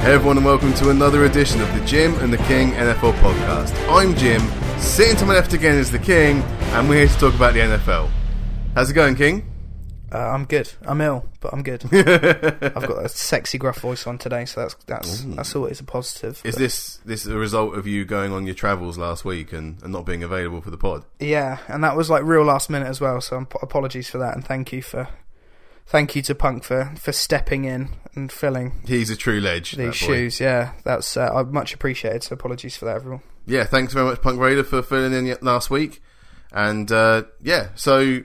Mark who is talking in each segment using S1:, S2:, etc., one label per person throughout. S1: Hey everyone, and welcome to another edition of the Jim and the King NFL podcast. I'm Jim, sitting to my left again is the King, and we're here to talk about the NFL. How's it going, King?
S2: Uh, I'm good. I'm ill, but I'm good. I've got a sexy gruff voice on today, so that's that's that's always a positive.
S1: Is
S2: But-
S1: this this a result of you going on your travels last week and, and not being available for the pod?
S2: yeah, and that was like real last minute as well. So um, apologies for that, and thank you for thank you to Punk for for stepping in and filling
S1: He's a true ledge. that boy.
S2: these shoes. Yeah, that's uh, I much appreciated. So apologies for that, everyone.
S1: Yeah, thanks very much, Punk Raider, for filling in yet- last week. And uh, yeah, so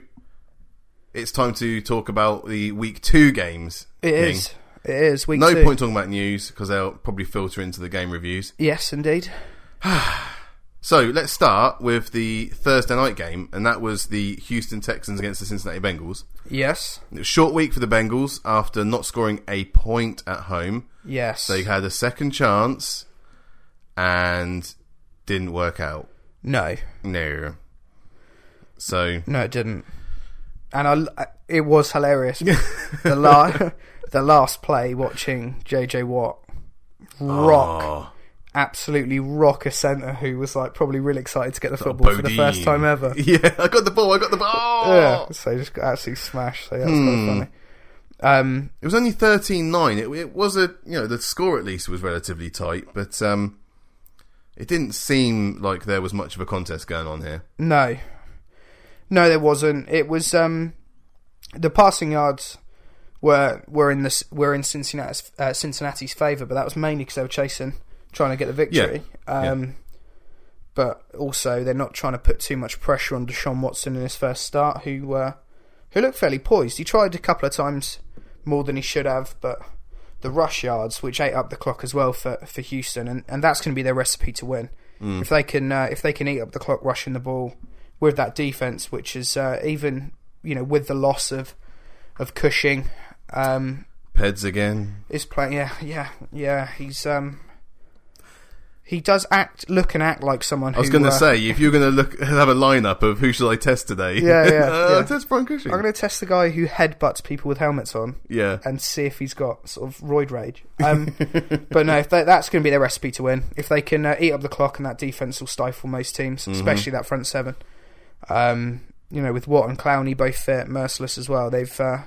S1: it's time to talk about the week two games.
S2: It
S1: King.
S2: is. It is week
S1: No
S2: two.
S1: point talking about news because they'll probably filter into the game reviews.
S2: Yes, indeed.
S1: So let's start with the Thursday night game, and that was the Houston Texans against the Cincinnati Bengals.
S2: Yes.
S1: It was a Short week for the Bengals after not scoring a point at home.
S2: Yes.
S1: They had a second chance and didn't work out.
S2: no.
S1: No. So
S2: No, it didn't. And I, it was hilarious. the la- the last play watching JJ Watt rock,
S1: Oh,
S2: absolutely rock a centre who was like probably really excited to get the football for the
S1: Bodine. Ah.
S2: first time ever.
S1: Yeah, I got the ball. I got the ball.
S2: Yeah, so just got absolutely smashed. So that's
S1: Hmm.
S2: quite funny. Um,
S1: It was only 13-9. It, it was a you know the score at least was relatively tight, but um, it didn't seem like there was much of a contest going on here.
S2: no, no, there wasn't. It was um, the passing yards were were in this were in Cincinnati's uh, Cincinnati's favour, but that was mainly because they were chasing, trying to get the victory.
S1: Yeah.
S2: Um, But also, they're not trying to put too much pressure on Deshaun Watson in his first start, who uh, who looked fairly poised. He tried a couple of times more than he should have, but the rush yards, which ate up the clock as well for, for Houston, and, and that's going to be their recipe to win.
S1: Mm.
S2: If they can uh, if they can eat up the clock rushing the ball with that defense, which is uh, even you know with the loss of of Cushing. Um,
S1: Peds again.
S2: is playing. Yeah, yeah, yeah. He's um, he does act, look, and act like someone. Who,
S1: I was going to
S2: uh,
S1: say if you're going to look have a lineup of who shall I test today?
S2: Yeah,
S1: uh,
S2: yeah, yeah.
S1: I'll Test Brian Cushing.
S2: I'm going to test the guy who headbutts people with helmets on
S1: Yeah,
S2: and see if he's got sort of roid rage. Um, but no, if they, that's going to be their recipe to win. If they can uh, eat up the clock, and that defense will stifle most teams, especially that front seven. Um, you know, with Watt and Clowney both fit, merciless as well. They've, uh,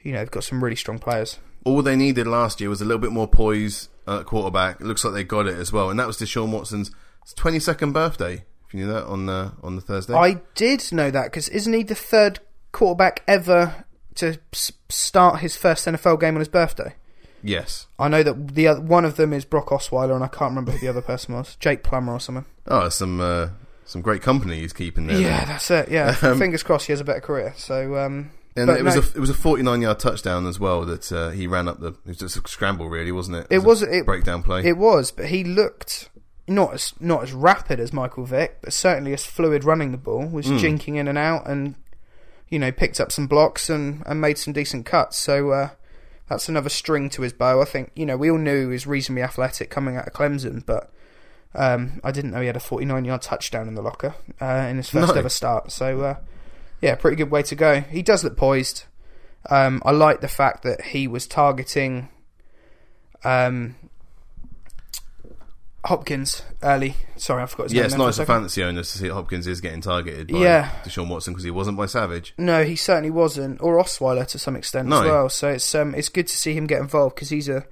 S2: you know, they've got some really strong players.
S1: all they needed last year was a little bit more poise at quarterback. It looks like they got it as well, and that was Deshaun Watson's 22nd birthday. If you knew that on the on the Thursday.
S2: I did know that because isn't he the third quarterback ever to s- start his first NFL game on his birthday?
S1: yes.
S2: I know that the other, one of them is Brock Osweiler, and I can't remember who the other person was. Jake Plummer or something.
S1: Oh, some uh, some great company he's keeping there.
S2: Yeah, that's it. Yeah, fingers crossed he has a better career. So, um,
S1: And
S2: but
S1: it was
S2: no,
S1: a it was a 49 yard touchdown as well that uh, he ran up the it was just a scramble really wasn't it?
S2: it
S1: a
S2: was it,
S1: breakdown play.
S2: it was, but he looked not as not as rapid as Michael Vick, but certainly as fluid running the ball. Was jinking in and out, and you know picked up some blocks and and made some decent cuts. So. uh that's another string to his bow. I think you know we all knew he was reasonably athletic coming out of Clemson, but um, I didn't know he had a 49-yard touchdown in the locker uh, in his first
S1: No.
S2: ever start. So uh, yeah, pretty good way to go. He does look poised. Um, I like the fact that he was targeting um, Hopkins early. Sorry, I forgot his
S1: yeah,
S2: name.
S1: it's
S2: there for
S1: nice for
S2: second.
S1: fantasy owners to see that Hopkins is getting targeted by
S2: Yeah.
S1: Deshaun Watson because he wasn't by Savage.
S2: No, he certainly wasn't, or Osweiler to some extent
S1: No.
S2: as well. So it's um, it's good to see him get involved because he's a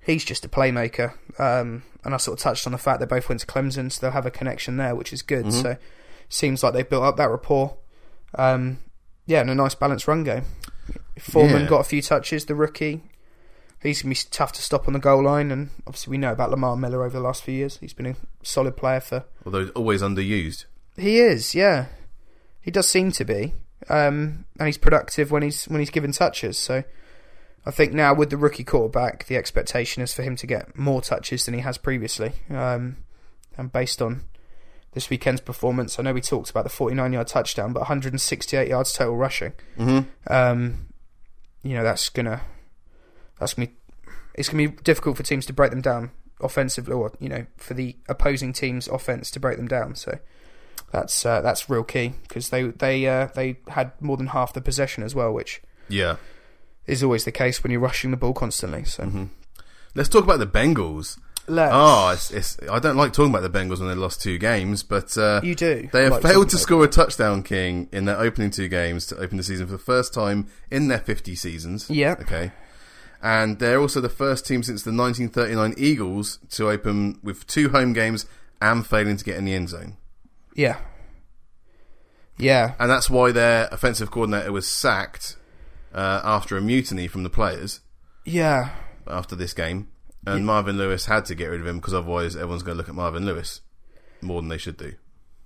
S2: he's just a playmaker. Um, and I sort of touched on the fact they both went to Clemson, so they'll have a connection there, which is good.
S1: Mm-hmm.
S2: So seems like they've built up that rapport. Um, yeah, and a nice balanced run game. Foreman
S1: Yeah.
S2: got a few touches. The rookie, he's gonna be tough to stop on the goal line, and obviously we know about Lamar Miller over the last few years. He's been a solid player for
S1: Although always underused.
S2: he is, yeah. He does seem to be, um, and he's productive when he's when he's given touches. So, I think now with the rookie quarterback, the expectation is for him to get more touches than he has previously. Um, and based on this weekend's performance, I know we talked about the 49-yard touchdown, but 168 yards total rushing. Um, you know that's gonna that's gonna be it's gonna be difficult for teams to break them down offensively, or you know for the opposing team's offense to break them down. So. That's uh, that's real key because they they uh, they had more than half the possession as well, which
S1: Yeah.
S2: is always the case when you're rushing the ball constantly. So
S1: Let's talk about the Bengals.
S2: Let's.
S1: Oh, it's, it's, Mm-hmm. I don't like talking about the Bengals when they lost two games, but uh,
S2: You do
S1: They have
S2: like
S1: failed to
S2: talking
S1: score a touchdown, King, in their opening two games to open the season for the first time in their 50 seasons.
S2: Yeah.
S1: Okay. And they're also the first team since the 1939 Eagles to open with two home games and failing to get in the end zone.
S2: Yeah. Yeah.
S1: And that's why their offensive coordinator was sacked uh, after a mutiny from the players
S2: Yeah.
S1: after this game. And Marvin Lewis had to get rid of him because otherwise everyone's going to look at Marvin Lewis more than they should do.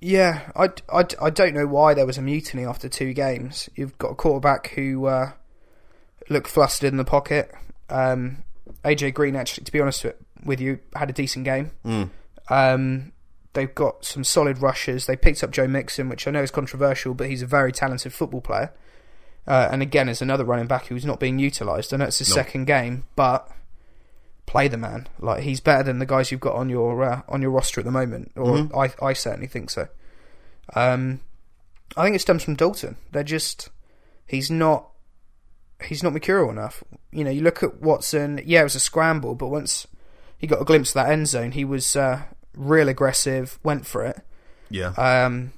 S2: Yeah, I, I, I don't know why there was a mutiny after two games. You've got a quarterback who uh, looked flustered in the pocket. Um, AJ Green, actually, to be honest with you, had a decent game. Um, they've got some solid rushes. They picked up Joe Mixon, which I know is controversial, but he's a very talented football player. Uh, and again, is another running back who's not being utilised. I know it's his second game, but play the man. Like he's better than the guys you've got on your uh, on your roster at the moment, or I, I certainly think so. Um, I think it stems from Dalton. They're just he's not he's not mercurial enough. You know, you look at Watson. Yeah, it was a scramble, but once he got a glimpse of that end zone, he was uh, real aggressive, went for it.
S1: Yeah.
S2: Um,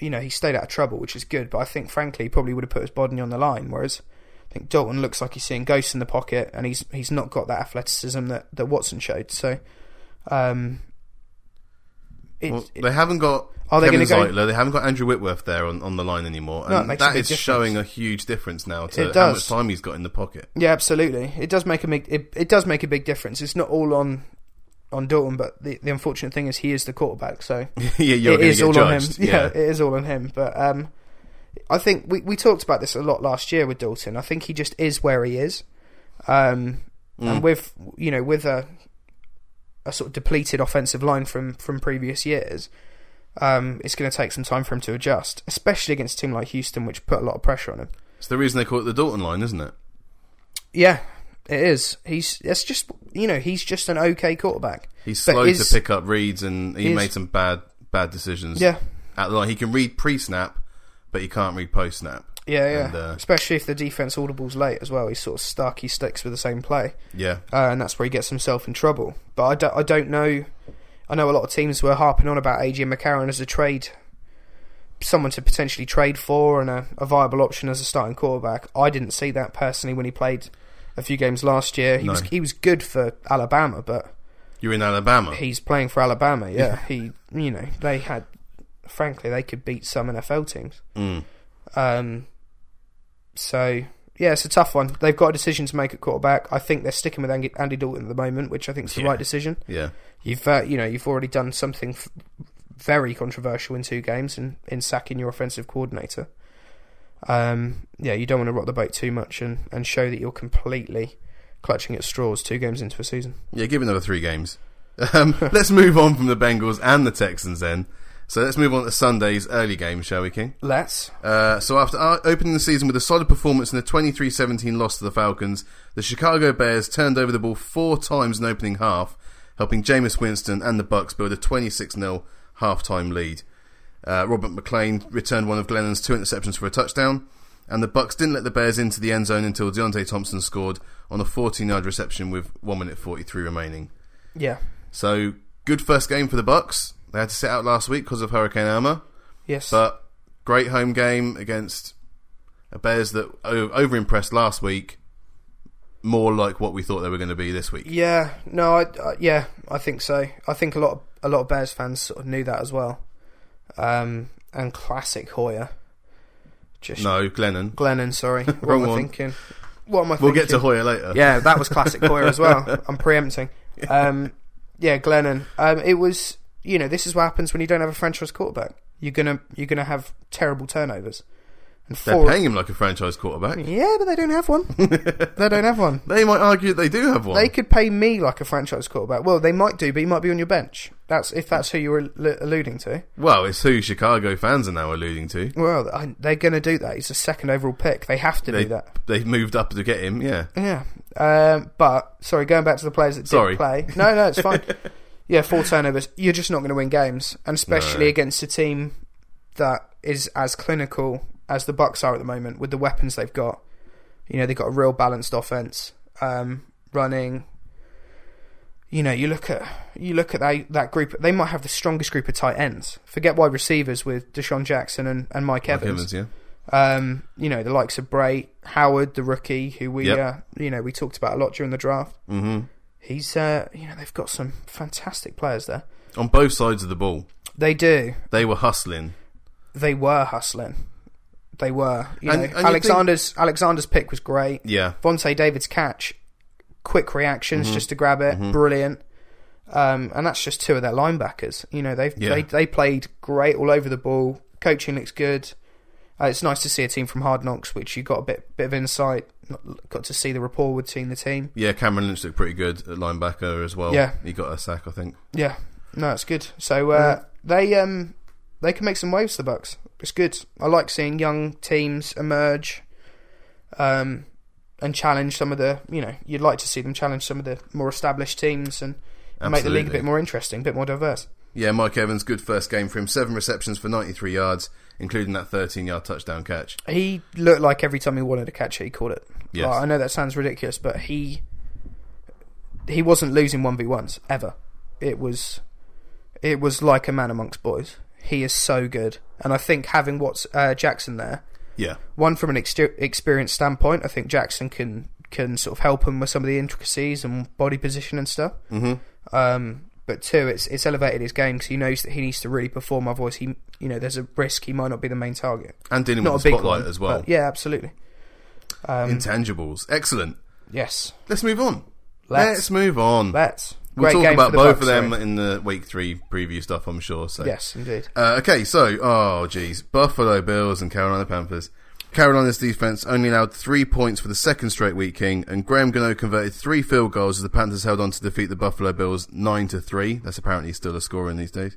S2: you know, he stayed out of trouble, which is good. But I think, frankly, he probably would have put his body on the line. Whereas I think Dalton looks like he's seeing ghosts in the pocket, and he's he's not got that athleticism that, that Watson showed. So, um, it,
S1: Well,
S2: it-
S1: they haven't got
S2: Are they
S1: Kevin
S2: gonna go-
S1: Zeitler. They haven't got Andrew Whitworth there on, on the line anymore,
S2: No, it
S1: and
S2: makes a
S1: that
S2: big
S1: is
S2: difference.
S1: showing a huge difference now to
S2: It
S1: how much
S2: does.
S1: time he's got in the pocket.
S2: yeah, absolutely. It does make a big it, it does make a big difference. It's not all on on Dalton, but the, the unfortunate thing is he is the quarterback. So
S1: yeah, you're
S2: it
S1: going
S2: is
S1: to get
S2: all
S1: judged.
S2: on him. Yeah,
S1: Yeah,
S2: it is all on him. But um, I think we, we talked about this a lot last year with Dalton. I think he just is where he is, um,
S1: Mm.
S2: and with you know with a a sort of depleted offensive line from from previous years, um, it's going to take some time for him to adjust, especially against a team like Houston, which put a lot of pressure on him.
S1: it's the reason they call it the Dalton line, isn't it?
S2: Yeah, it is. He's it's just you know he's just an okay quarterback.
S1: He's
S2: But
S1: slow
S2: is-
S1: to pick up reads, and he
S2: is-
S1: made some bad bad decisions.
S2: Yeah.
S1: at the line Uh, he can read pre snap, but he can't read post snap.
S2: Yeah, yeah.
S1: And, uh,
S2: Especially if the defense audibles late as well. He's sort of stuck. He sticks with the same play.
S1: Yeah,
S2: uh, and that's where he gets himself in trouble. But I don't, I don't know. I know a lot of teams were harping on about AJ McCarron as a trade, someone to potentially trade for, and a, a viable option as a starting quarterback. I didn't see that personally when he played a few games last year. He was
S1: No.
S2: he was good for Alabama, but
S1: you're in Alabama.
S2: he's playing for Alabama. Yeah, he you know they had, frankly, they could beat some NFL teams.
S1: Mm.
S2: Um, so yeah, it's a tough one. They've got a decision to make at quarterback. I think they're sticking with Andy, Andy Dalton at the moment, which I think is the
S1: Yeah.
S2: right decision.
S1: Yeah,
S2: You've uh, you know you've already done something f- very controversial in two games in, in sacking your offensive coordinator. Um, yeah, you don't want to rock the boat too much and, and show that you're completely clutching at straws two games into a season.
S1: yeah. Give it another three games. Um, let's move on from the Bengals and the Texans then. So let's move on to Sunday's early game, shall we, King?
S2: Let's
S1: Uh, so after uh, opening the season with a solid performance in a 23-17 loss to the Falcons, the Chicago Bears turned over the ball four times in the opening half, helping Jameis Winston and the Bucks build a 26-0 halftime lead. Uh, Robert McLean returned one of Glennon's two interceptions for a touchdown, and the Bucks didn't let the Bears into the end zone until Deontay Thompson scored on a 14-yard reception with 1 minute 43 remaining.
S2: yeah
S1: So good first game for the Bucks. They had to sit out last week because of Hurricane Irma.
S2: yes
S1: But great home game against a Bears that o- overimpressed last week, more like what we thought they were going to be this week.
S2: yeah no I, I yeah I think so. I think a lot of, a lot of Bears fans sort of knew that as well. Um, and classic Hoyer, just
S1: No, Glennon.
S2: Glennon. Sorry, what
S1: Wrong
S2: am I
S1: one.
S2: thinking? What am I?
S1: We'll
S2: thinking?
S1: get to Hoyer later.
S2: Yeah, that was classic Hoyer as well. I'm preempting. Um, yeah, Glennon. Um, it was you know this is what happens when you don't have a franchise quarterback. You're gonna you're gonna have terrible turnovers. And
S1: They're
S2: four.
S1: paying him like a franchise quarterback.
S2: yeah, but they don't have one. they don't have one.
S1: They might argue they do have one.
S2: They could pay me like a franchise quarterback. Well, they might do, but you might be on your bench. That's if that's who you were al- alluding to.
S1: well, it's who Chicago fans are now alluding to.
S2: Well, I, they're going to do that. He's a second overall pick. They have to
S1: They,
S2: do that.
S1: They've moved up to get him, yeah.
S2: Yeah. Um, but sorry, going back to the players that
S1: Sorry.
S2: did play. No, no, it's fine. yeah, four turnovers. You're just not going to win games, and especially
S1: No.
S2: against a team that is as clinical as the Bucks are at the moment with the weapons they've got. You know, they've got a real balanced offense, um, running, you know, you look at you look at that that group. They might have the strongest group of tight ends. Forget wide receivers with Deshaun Jackson and, and Mike
S1: Mike Evans,
S2: Evans.
S1: yeah.
S2: Um, you know, the likes of Bray Howard, the rookie, who we
S1: Yep.
S2: uh, you know we talked about a lot during the draft.
S1: hmm
S2: He's uh, you know they've got some fantastic players there.
S1: On both sides of the ball,
S2: They do.
S1: they were hustling.
S2: They were hustling. They were. You
S1: And-
S2: know,
S1: and you think-
S2: Alexander's Alexander's pick was great.
S1: Yeah,
S2: Vontae David's catch, quick reactions just to grab it, brilliant. Um, and that's just two of their linebackers. You know, they've
S1: Yeah.
S2: they they played great all over the ball. Coaching looks good. Uh, it's nice to see a team from Hard Knocks, which you got a bit bit of insight, got to see the rapport between the team.
S1: yeah. Cameron Lynch looked pretty good at linebacker as well.
S2: Yeah.
S1: he got a sack, I think.
S2: Yeah, no, it's good. So uh, they um they can make some waves. The Bucks. It's good. I like seeing young teams emerge, um, and challenge some of the you know you'd like to see them challenge some of the more established teams and make the league a
S1: Absolutely.
S2: bit more interesting, a bit more diverse.
S1: Yeah, Mike Evans, good first game for him. Seven receptions for 93 yards, including that 13 yard touchdown catch.
S2: He looked like every time he wanted to catch it, he caught it.
S1: Yes.
S2: Like, I know that sounds ridiculous, but he he wasn't losing one v ones ever. It was it was like a man amongst boys. He is so good, and I think having Watts uh, Jackson there,
S1: Yeah,
S2: one from an exter experience standpoint, I think Jackson can can sort of help him with some of the intricacies and body position and stuff. Mm-hmm. Um, but two, it's it's elevated his game because he knows that he needs to really perform. Otherwise, he you know there's a risk he might not be the main target.
S1: and dealing
S2: Not
S1: with
S2: a
S1: the
S2: big
S1: spotlight
S2: one, um,
S1: as well.
S2: but yeah, absolutely.
S1: Intangibles, excellent.
S2: Yes,
S1: Let's move on.
S2: Let's.
S1: Let's, move on.
S2: that's
S1: we'll
S2: great
S1: talk
S2: game
S1: about
S2: for the
S1: both
S2: Bucks,
S1: of them
S2: sorry.
S1: in the week three preview stuff, I'm sure. So
S2: Yes, indeed.
S1: Uh, okay, so oh geez, Buffalo Bills and Carolina Panthers. Carolina's defense only allowed three points for the second straight week, King, and Graham Gano converted three field goals as the Panthers held on to defeat the Buffalo Bills nine to three. That's apparently still a score in these days.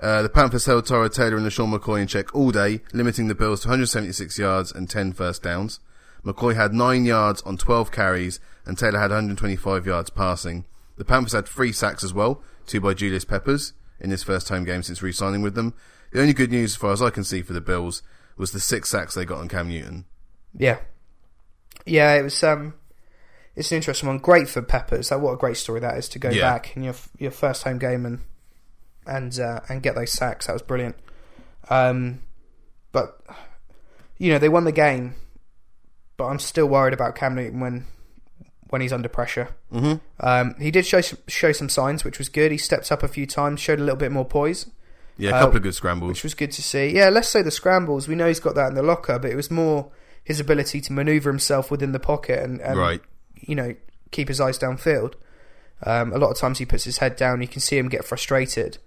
S1: Uh, the Panthers held Tara Taylor and LaShawn McCoy in check all day, limiting the Bills to 176 yards and 10 first downs. McCoy had 9 yards on 12 carries, and Taylor had 125 yards passing. The Panthers had three sacks as well, two by Julius Peppers in his first home game since re-signing with them. The only good news, as far as I can see, for the Bills was the six sacks they got on Cam Newton.
S2: Yeah, yeah. It was um, it's an interesting one. Great for Peppers. That what a great story that is to go
S1: Yeah.
S2: back in your your first home game and and uh, and get those sacks. That was brilliant. Um, but you know they won the game, but I'm still worried about Cam Newton when when he's under pressure.
S1: Mm-hmm.
S2: Um, he did show some, show some signs, which was good. He stepped up a few times, showed a little bit more poise.
S1: Yeah, a
S2: Uh,
S1: couple of good scrambles.
S2: which was good to see. Yeah, let's say the scrambles. We know he's got that in the locker, but it was more his ability to maneuver himself within the pocket and, and
S1: right.
S2: you know keep his eyes downfield. Um, a lot of times he puts his head down. You can see him get frustrated.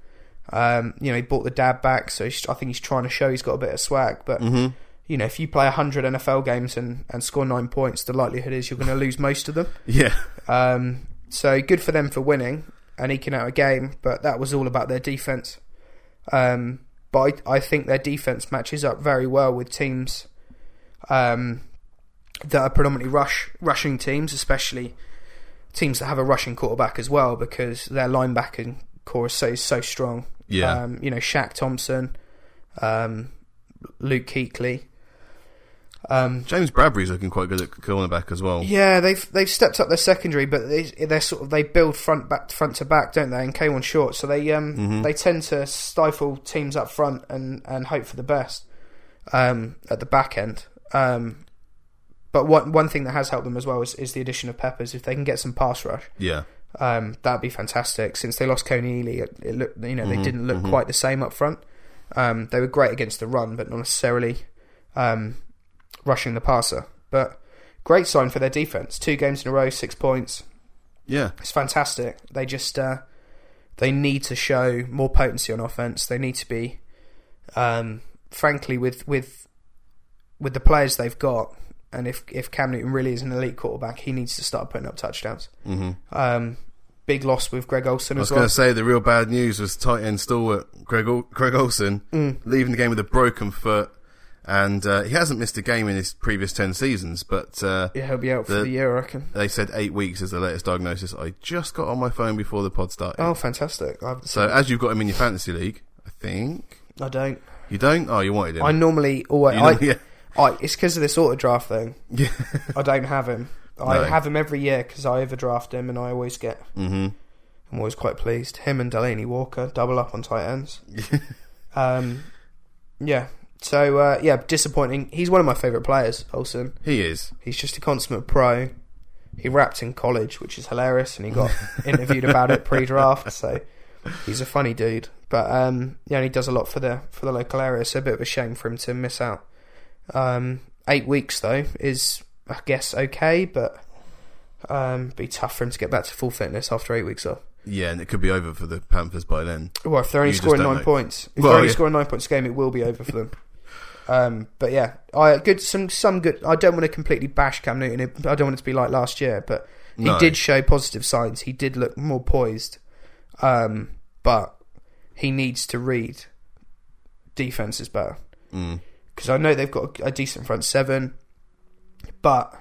S2: Um, you know he brought the dab back, so he's, I think he's trying to show he's got a bit of swag. But
S1: Mm-hmm.
S2: you know if you play hundred NFL games and and score nine points, the likelihood is you're going to lose most of them.
S1: Yeah.
S2: Um, so good for them for winning and eking out a game, but that was all about their defense. Um, but I, I think their defense matches up very well with teams um, that are predominantly rush rushing teams, especially teams that have a rushing quarterback as well, because their linebacking core is so so strong.
S1: Yeah.
S2: Um, you know, Shaq Thompson, um, Luke Keekley. Um,
S1: James Bradbury's looking quite good at cornerback as well.
S2: yeah, they've they've stepped up their secondary, but they, they're sort of they build front back front to back, don't they? And K one short, so they um they tend to stifle teams up front and and hope for the best um at the back end. Um, but one one thing that has helped them as well is, is the addition of Peppers. If they can get some pass rush,
S1: Yeah.
S2: um, that'd be fantastic. Since they lost Coney Ely, it, it looked you know they didn't look quite the same up front. Um, they were great against the run, but not necessarily um, rushing the passer. But great sign for their defense. Two games in a row, six points.
S1: Yeah.
S2: It's fantastic. They just uh, they need to show more potency on offense. They need to be, um, frankly, with with with the players they've got. And if if Cam Newton really is an elite quarterback, he needs to start putting up touchdowns.
S1: Mm-hmm.
S2: Um, big loss with Greg Olson
S1: I was
S2: as
S1: going
S2: well.
S1: to say the real bad news was tight end stalwart Greg, Ol- Greg Olson
S2: Mm.
S1: leaving the game with a broken foot, and uh, he hasn't missed a game in his previous ten seasons. But uh,
S2: Yeah, he'll be out for
S1: The-
S2: the year, I reckon.
S1: they said eight weeks is the latest diagnosis. I just got on my phone before the pod started.
S2: Oh, fantastic! I,
S1: So as you've got him in your fantasy league, I think
S2: I don't.
S1: you don't. Oh, you wanted him.
S2: I normally always.
S1: You
S2: I,
S1: know- yeah.
S2: I, it's because of this auto draft thing.
S1: Yeah.
S2: I don't have him. I
S1: No.
S2: have him every year because I overdraft him, and I always get
S1: hmm
S2: I'm always quite pleased. Him and Delaney Walker double up on tight ends. um, yeah. So uh, yeah, disappointing. He's one of my favourite players, Olsen.
S1: He is.
S2: He's just a consummate pro. He rapped in college, which is hilarious, and he got interviewed about it pre-draft. So he's a funny dude. But um, yeah, and he does a lot for the for the local area. So a bit of a shame for him to miss out. Um, eight weeks though is, I guess, okay, but um, be tough for him to get back to full fitness after eight weeks off.
S1: Yeah, and it could be over for the Panthers by then.
S2: Well, if they're only
S1: You just
S2: scoring
S1: don't
S2: nine
S1: know.
S2: points, if
S1: Well,
S2: they're only
S1: yeah.
S2: scoring nine points a game, it will be over for them. um, but yeah, I good some some good. I don't want to completely bash Cam Newton. I don't want it to be like last year, but he
S1: No.
S2: did show positive signs. He did look more poised, um, but he needs to read defenses better
S1: Mm.
S2: because I know they've got a, a decent front seven, but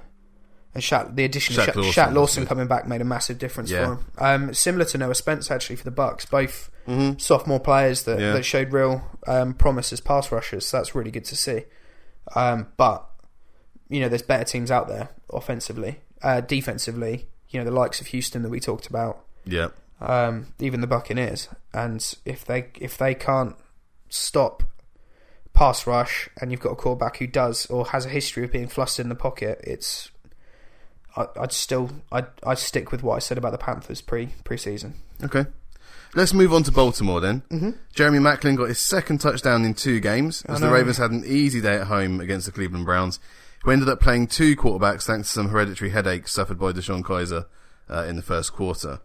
S2: and Shat, the addition
S1: Shaq
S2: of Shat,
S1: Lawson
S2: Shat
S1: was
S2: Lawson
S1: good.
S2: coming back made a massive difference
S1: Yeah.
S2: for him. Um, similar to Noah Spence actually for the Bucks, both
S1: Mhm.
S2: sophomore players that,
S1: Yeah.
S2: that showed real um, promise as pass rushers. So that's really good to see. Um, but you know, there's better teams out there offensively, uh, defensively. You know, the likes of Houston that we talked about
S1: Yeah.
S2: um, even the Buccaneers. And if they if they can't stop pass rush, and you've got a quarterback who does or has a history of being flustered in the pocket, it's I, I'd still I'd, I'd stick with what I said about the Panthers pre preseason.
S1: Okay. Let's move on to Baltimore then.
S2: Mm-hmm.
S1: Jeremy Macklin got his second touchdown in two games as
S2: I
S1: the
S2: know.
S1: Ravens had an easy day at home against the Cleveland Browns, who ended up playing two quarterbacks thanks to some hereditary headaches suffered by Deshaun Kaiser uh, in the first quarter.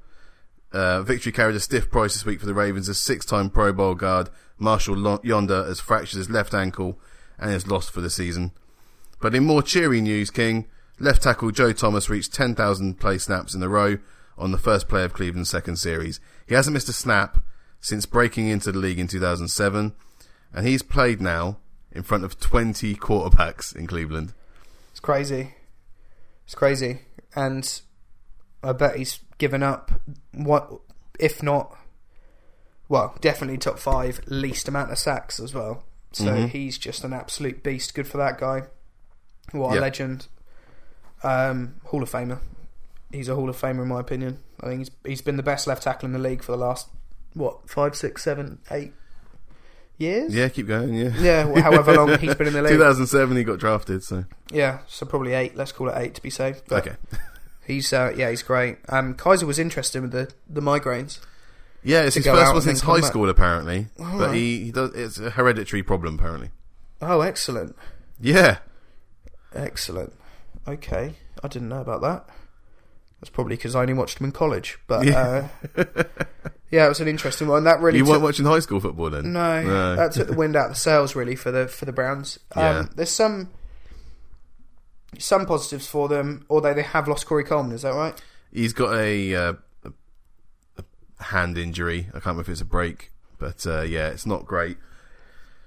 S1: Uh, victory carried a stiff price this week for the Ravens as six-time Pro Bowl guard Marshall Lo- Yonder has fractured his left ankle and is lost for the season. But in more cheery news, King, left tackle Joe Thomas reached 10,000 play snaps in a row on the first play of Cleveland's second series. He hasn't missed a snap since breaking into the league in 2007, and he's played now in front of 20 quarterbacks in Cleveland.
S2: It's crazy. It's crazy, and I bet he's given up. What if not? Well, definitely top five least amount of sacks as well. So
S1: Mhm.
S2: he's just an absolute beast. Good for that guy. What
S1: Yeah.
S2: a legend. Um, Hall of Famer. He's a Hall of Famer in my opinion. I think he's he's been the best left tackle in the league for the last what five, six, seven, eight years.
S1: Yeah, keep going, yeah.
S2: Yeah, well, however long he's been in the league.
S1: 2007 he got drafted, so.
S2: Yeah, so probably eight. Let's call it eight to be safe. But
S1: Okay.
S2: He's uh, yeah, he's great. Um, Kaiser was interested with the the migraines.
S1: Yeah, it's
S2: To
S1: his
S2: go
S1: first
S2: out
S1: one
S2: and then
S1: since
S2: come
S1: high
S2: back.
S1: school, apparently. But
S2: Alright.
S1: he, he does, it's a hereditary problem, apparently.
S2: Oh, excellent,
S1: Yeah.
S2: excellent. Okay, I didn't know about that. That's probably because I only watched him in college. But
S1: Yeah.
S2: uh, yeah, it was an interesting one. That really
S1: you
S2: took,
S1: weren't watching high school football then?
S2: no,
S1: No.
S2: that took the wind out of the sails really for the for the Browns. Um,
S1: Yeah.
S2: There's some some positives for them, although they have lost Corey Coleman. Is that right?
S1: He's got a, uh, a- a hand injury. I can't remember if it's a break, but uh, yeah, it's not great.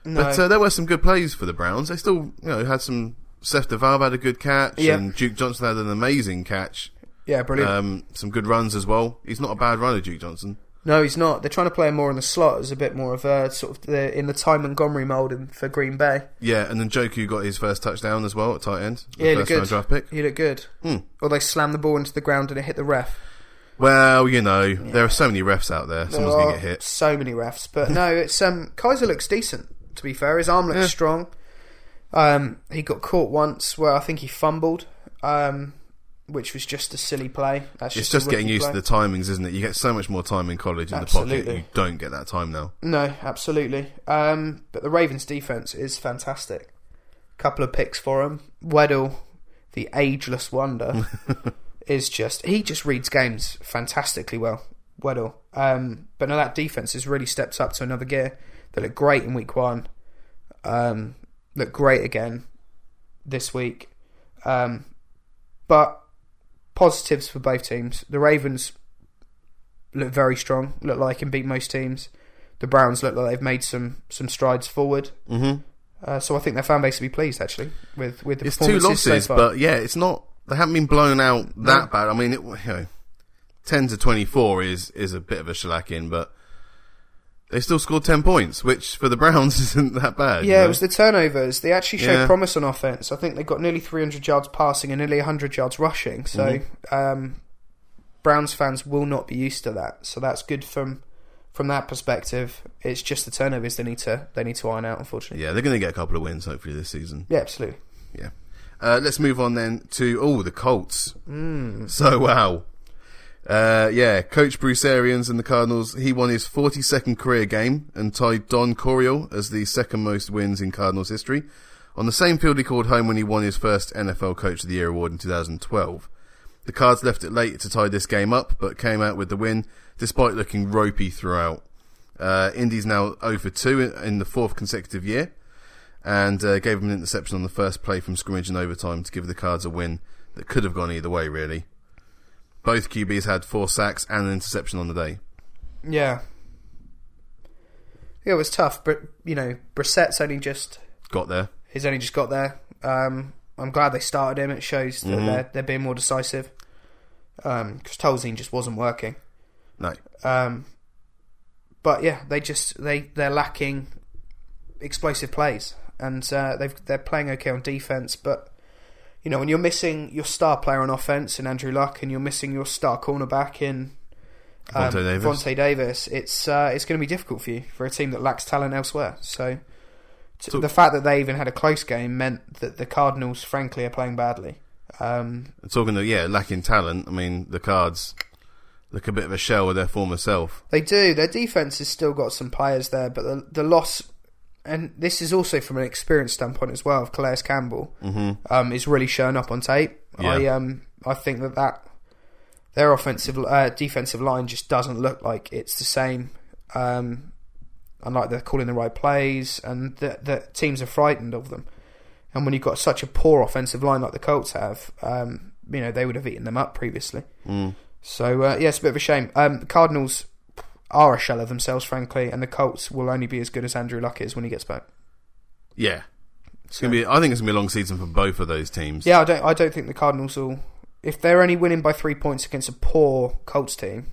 S2: No.
S1: But uh, there were some good plays for the Browns. They still, you know, had some. Seth DeValve had a good catch,
S2: Yeah.
S1: and Duke Johnson had an amazing catch.
S2: yeah, brilliant.
S1: Um, some good runs as well. He's not a bad runner, Duke Johnson.
S2: No, he's not. They're trying to play him more in the slot as a bit more of a sort of the, in the Ty Montgomery mold in, for Green Bay.
S1: Yeah, and then Joku got his first touchdown as well at tight end. The
S2: Yeah,
S1: first
S2: he looked
S1: round
S2: good.
S1: draft pick.
S2: He looked good.
S1: Hmm.
S2: Or they slammed the ball into the ground and it hit the ref.
S1: Well, you know, there are so many refs out there.
S2: There
S1: Someone's going
S2: are
S1: to get hit.
S2: So many refs, but no, it's um Kaiser looks decent. To be fair, his arm looks
S1: Yeah.
S2: strong. Um, he got caught once where I think he fumbled, um, which was just a silly play. That's
S1: It's
S2: just,
S1: just
S2: a
S1: getting
S2: rookie
S1: used
S2: play.
S1: to the timings, isn't it? You get so much more time in college in the
S2: Absolutely.
S1: pocket. You don't get that time now.
S2: No, absolutely. Um, but the Ravens' defense is fantastic. Couple of picks for him. Weddle, the ageless wonder, is just he just reads games fantastically well. Weddle, um, but no, that defense has really stepped up to another gear. They look great in week one. Um, look great again this week. Um, but positives for both teams. The Ravens look very strong. Look like and beat most teams. The Browns look like they've made some some strides forward.
S1: Mm-hmm.
S2: Uh, so I think their fan base will be pleased actually with with the
S1: It's two
S2: performances
S1: losses,
S2: so far.
S1: but yeah, it's not. They haven't been blown out that
S2: No.
S1: bad. I mean, it, you know, ten to twenty-four is is a bit of a shellacking, but they still scored ten points, which for the Browns isn't that bad.
S2: yeah,
S1: you know?
S2: it was the turnovers. They actually showed
S1: Yeah.
S2: promise on offense. I think they got nearly 300 yards passing and nearly 100 yards rushing. So um, Browns fans will not be used to that, so that's good from from that perspective. It's just the turnovers they need to they need to iron out, unfortunately.
S1: Yeah, they're going to get a couple of wins hopefully this season.
S2: Yeah, absolutely.
S1: Yeah. Uh, let's move on then to oh the Colts. Mm. So wow. Uh, yeah, Coach Bruce Arians and the Cardinals. He won his 42nd career game and tied Don Coryell as the second most wins in Cardinals history on the same field he called home when he won his first NFL Coach of the Year award in 2012. The Cards left it late to tie this game up, but came out with the win despite looking ropey throughout. Uh, Indy's now over 2 in- in the fourth consecutive year and uh, gave him an interception on the first play from scrimmage in overtime to give the Cards a win that could have gone either way, really. Both QBs had four sacks and an interception on the day.
S2: Yeah. Yeah, it was tough, but you know, Brissett's only just
S1: Got there.
S2: he's only just got there. Um, I'm glad they started him. It shows that they're they're being more decisive. Because Tolzien just wasn't working.
S1: No.
S2: Um, but yeah, they just they they're lacking explosive plays, and uh, they've they're playing okay on defense, but you know when you're missing your star player on offense in Andrew Luck, and you're missing your star cornerback in um,
S1: Vontae Davis.
S2: Vontae Davis, it's uh, it's going to be difficult for you for a team that lacks talent elsewhere. So. t-
S1: So-
S2: the fact that they even had a close game meant that the Cardinals, frankly, are playing badly. Um,
S1: Talking of, yeah, lacking talent, I mean, the Cards look a bit of a shell of their former self.
S2: They do. Their defense has still got some players there, but the the loss, and this is also from an experience standpoint as well, of Calais Campbell, um, is really showing up on tape. I
S1: Yeah.
S2: um I think that that their offensive uh, defensive line just doesn't look like it's the same. Um, unlike they're calling the right plays, and that the teams are frightened of them. And when you've got such a poor offensive line like the Colts have, um, you know they would have eaten them up previously. So uh, yeah, it's a bit of a shame. Um, the Cardinals are a shell of themselves, frankly, and the Colts will only be as good as Andrew Luck is when he gets back.
S1: Yeah. It's gonna be. I think it's gonna be a long season for both of those teams.
S2: Yeah, I don't. I don't think the Cardinals will. If they're only winning by three points against a poor Colts team,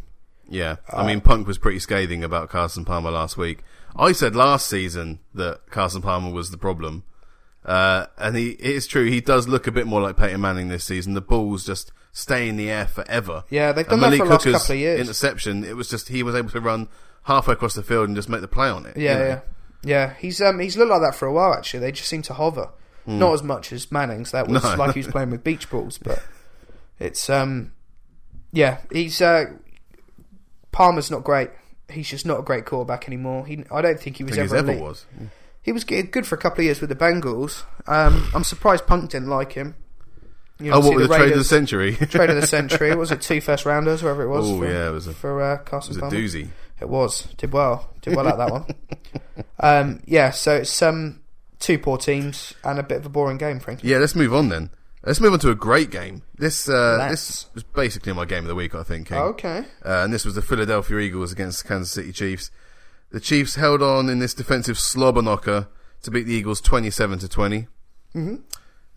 S1: Yeah.
S2: Uh,
S1: I mean, Punk was pretty scathing about Carson Palmer last week. I said last season that Carson Palmer was the problem, uh, and he it is true. He does look a bit more like Peyton Manning this season. The balls just stay in the air forever.
S2: Yeah, they've
S1: And
S2: done that
S1: Malik
S2: for the last
S1: Hooker's
S2: couple of years.
S1: Interception. It was just he was able to run halfway across the field and just make the play on it. you
S2: yeah,
S1: know?
S2: yeah, yeah. He's um he's looked like that for a while. Actually, they just seem to hover. Not as much as Manning's. That was
S1: Hmm. No.
S2: like he was playing with beach balls, but it's um yeah. He's uh Palmer's not great. He's just not a great quarterback anymore. He, I don't think he was
S1: I think he's
S2: ever,
S1: ever
S2: elite.
S1: was.
S2: He was g- good for a couple of years with the Bengals. Um, I'm surprised Punk didn't like him. You know,
S1: Oh,
S2: obviously
S1: what with the trade of the
S2: Raiders-
S1: century?
S2: trade of the century? Was it two first rounders, whatever it was?
S1: Oh,
S2: for-
S1: yeah, it was a-
S2: for uh, Carson
S1: It's a
S2: Palmer.
S1: doozy.
S2: It was. Did well. Did well at that one. Um, yeah, so it's um, two poor teams and a bit of a boring game, frankly.
S1: Yeah, let's move on then. Let's move on to a great game. This uh,
S2: Let's.
S1: this was basically my game of the week, I think. King.
S2: Oh, Okay.
S1: Uh, and this was the Philadelphia Eagles against the Kansas City Chiefs. The Chiefs held on in this defensive slobber knocker to beat the Eagles twenty-seven to 20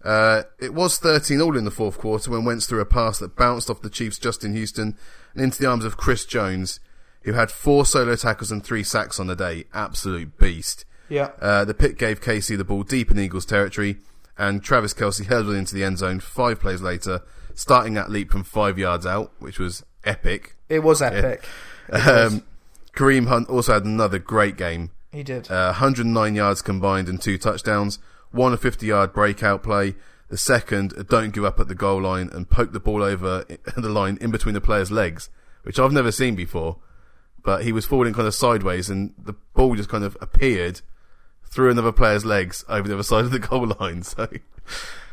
S1: Uh, it was thirteen all in the fourth quarter when Wentz threw a pass that bounced off the Chiefs' Justin Houston and into the arms of Chris Jones, who had four solo tackles and three sacks on the day. Absolute beast.
S2: Yeah.
S1: Uh, the pick gave Casey the ball deep in Eagles territory, and Travis Kelsey hurled it into the end zone five plays later, starting that leap from five yards out, which was epic.
S2: It was epic.
S1: Um, Kareem Hunt also had another great game.
S2: He did.
S1: Uh, 109 yards combined and two touchdowns, one a 50 yard breakout play. The second, a don't give up at the goal line and poke the ball over i- the line in between the player's legs, which I've never seen before. But he was falling kind of sideways and the ball just kind of appeared through another player's legs over the other side of the goal line. So,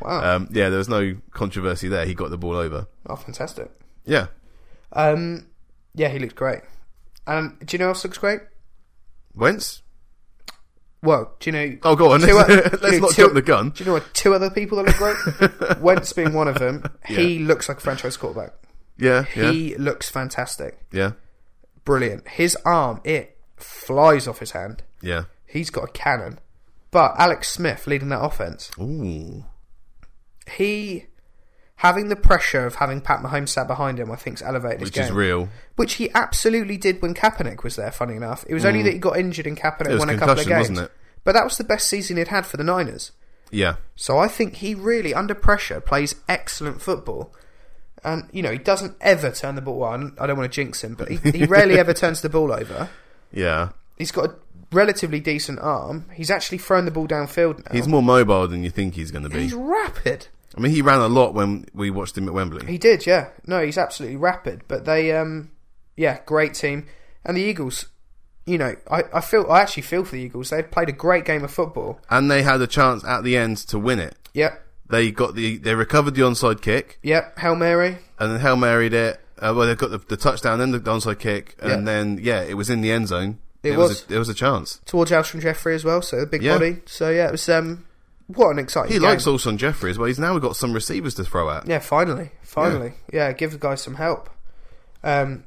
S2: wow.
S1: um, yeah, there was no controversy there. He got the ball over.
S2: oh, fantastic.
S1: Yeah.
S2: Um, yeah, he looked great. And do you know who else looks great?
S1: Wentz?
S2: Well, do you know?
S1: Oh, go on.
S2: Two
S1: Let's,
S2: o-
S1: let's
S2: you know,
S1: not
S2: two-
S1: jump the gun.
S2: Do you know what? Two other people that look great. Wentz being one of them. He looks like a franchise quarterback.
S1: Yeah. Yeah.
S2: He looks fantastic.
S1: yeah.
S2: Brilliant. His arm, it flies off his hand.
S1: Yeah.
S2: He's got a cannon. But Alex Smith leading that offense,
S1: Ooh.
S2: he having the pressure of having Pat Mahomes sat behind him, I think's elevated his
S1: Which
S2: game.
S1: is real.
S2: Which he absolutely did when Kaepernick was there. Funny enough, it was only that he got injured and Kaepernick
S1: Mm. was
S2: won a couple of
S1: concussion,
S2: games.
S1: wasn't it?
S2: But that was the best season he'd had for the Niners.
S1: Yeah.
S2: So I think he really, under pressure, plays excellent football. And you know he doesn't ever turn the ball. on. I don't want to jinx him, but he, he rarely ever turns the ball over.
S1: Yeah.
S2: He's got a relatively decent arm. He's actually thrown the ball downfield now.
S1: He's more mobile than you think he's going to be.
S2: He's rapid.
S1: I mean, he ran a lot when we watched him at Wembley.
S2: He did, yeah. No, he's absolutely rapid. But they, um, yeah, great team. And the Eagles, you know, I, I feel I actually feel for the Eagles. They've played a great game of football.
S1: And they had a chance at the end to win it.
S2: Yep,
S1: They got the they recovered the onside kick
S2: yep. Hail Mary.
S1: and then Hail Married it. Uh, well, they got the, the touchdown, then the onside kick, and
S2: Yeah.
S1: then yeah, it was in the end zone.
S2: It was.
S1: a, it was a chance.
S2: towards Alshon Jeffrey as well, so a big
S1: Yeah.
S2: body. So yeah, it was um what an exciting
S1: He
S2: game.
S1: likes Olson Jeffrey as well. He's now got some receivers to throw at.
S2: yeah, finally. Finally. Yeah. give the guys some help. Um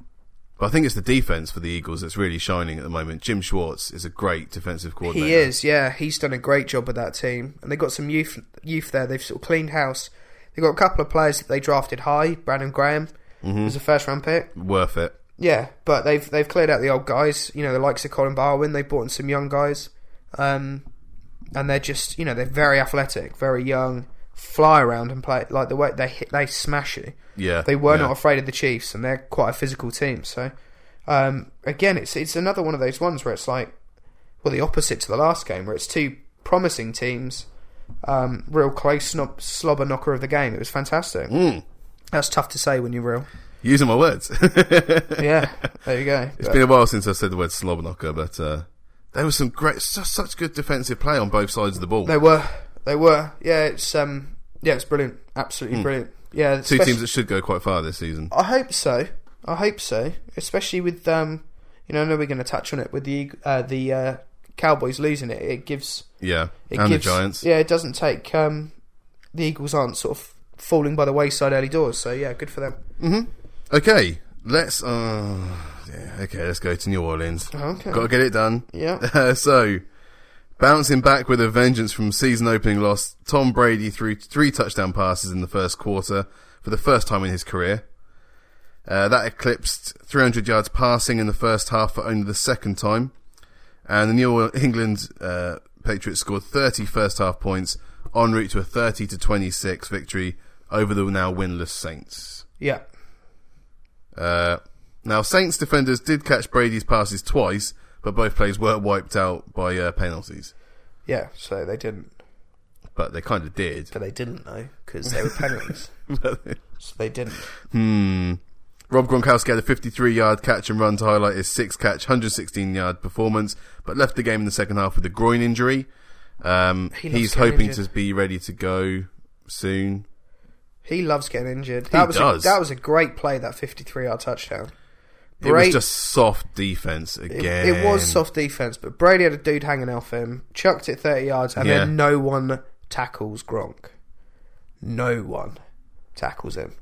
S1: But I think it's the defense for the Eagles that's really shining at the moment. Jim Schwartz is a great defensive coordinator.
S2: he is, yeah, he's done a great job with that team. And they've got some youth youth there. They've sort of cleaned house. They've got a couple of players that they drafted high, Brandon Graham
S1: Mm-hmm.
S2: was a first round pick.
S1: worth it.
S2: Yeah, but they've they've cleared out the old guys, you know, the likes of Colin Barwin, they've brought in some young guys. Um and they're just, you know, they're very athletic, very young, fly around and play like the way they hit, they smash you.
S1: Yeah,
S2: They were
S1: yeah.
S2: not afraid of the Chiefs, and they're quite a physical team. So, um, again, it's it's another one of those ones where it's like, well, the opposite to the last game, where it's two promising teams, um, real close snob, slobber knocker of the game. It was fantastic.
S1: Mm.
S2: That's tough to say when you're real.
S1: using my words.
S2: Yeah, there you go.
S1: It's been a while since I said the word slob knocker, but uh, there was some great, su- such good defensive play on both sides of the ball.
S2: They were, they were. Yeah, it's um, yeah, it's brilliant. Absolutely brilliant. Yeah,
S1: Hmm. Two
S2: especially-
S1: teams that should go quite far this season.
S2: I hope so. I hope so. Especially with um, you know, I know we're going to touch on it with the uh, the uh, Cowboys losing it. It gives
S1: Yeah,
S2: it
S1: and
S2: gives,
S1: the Giants.
S2: Yeah, it doesn't take um, the Eagles aren't sort of falling by the wayside early doors. So yeah, good for them.
S1: Okay, let's. Uh, yeah, okay, let's go to New Orleans.
S2: Okay.
S1: Got to get it done.
S2: Yeah,
S1: Uh, so, bouncing back with a vengeance from season opening loss, Tom Brady threw three touchdown passes in the first quarter for the first time in his career. Uh, that eclipsed 300 yards passing in the first half for only the second time. And the New England uh, Patriots scored 30 first half points en route to a 30 to 26 victory over the now winless Saints.
S2: yeah,
S1: Uh, now, Saints defenders did catch Brady's passes twice, but both plays were wiped out by uh, penalties.
S2: yeah. So they didn't,
S1: But they kind of did.
S2: but they didn't though because they were penalties. so they didn't.
S1: hmm. Rob Gronkowski had a 53-yard catch and run to highlight his six-catch, 116-yard performance, but left the game in the second half with a groin injury. Um,
S2: He loves
S1: he's
S2: getting
S1: hoping
S2: injured.
S1: to be ready to go soon.
S2: He loves getting injured. That was
S1: does.
S2: A, that was a great play. That fifty-three yard touchdown.
S1: It was
S2: Brady-
S1: just soft defense
S2: It,
S1: again.
S2: it was soft defense, but Brady had a dude hanging off him, chucked it 30 yards, and
S1: Yeah.
S2: then no one tackles Gronk. No one tackles him.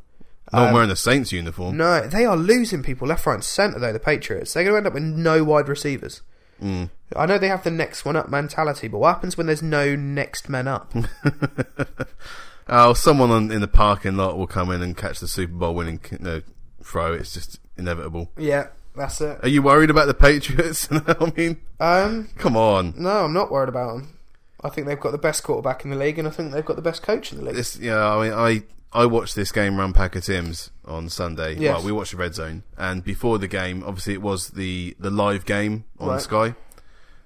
S1: Not wearing a Saints uniform.
S2: Uh, No, they are losing people left, right, and centre, though, the Patriots. They're going to end up with no wide receivers.
S1: Mm.
S2: I know they have the next one up mentality, but what happens when there's no next men up?
S1: Oh, someone on, in the parking lot will come in and catch the Super Bowl winning you know, throw. It's just inevitable.
S2: yeah, that's it.
S1: Are you worried about the Patriots? I mean,
S2: Um,
S1: come on.
S2: no, I'm not worried about them. I think they've got the best quarterback in the league, and I think they've got the best coach in the league.
S1: This, yeah, I mean, I I watched this game run Packer Tim's on Sunday.
S2: Yes.
S1: Well, we watched the Red Zone, and before the game, obviously it was the the live game on
S2: Right.
S1: Sky,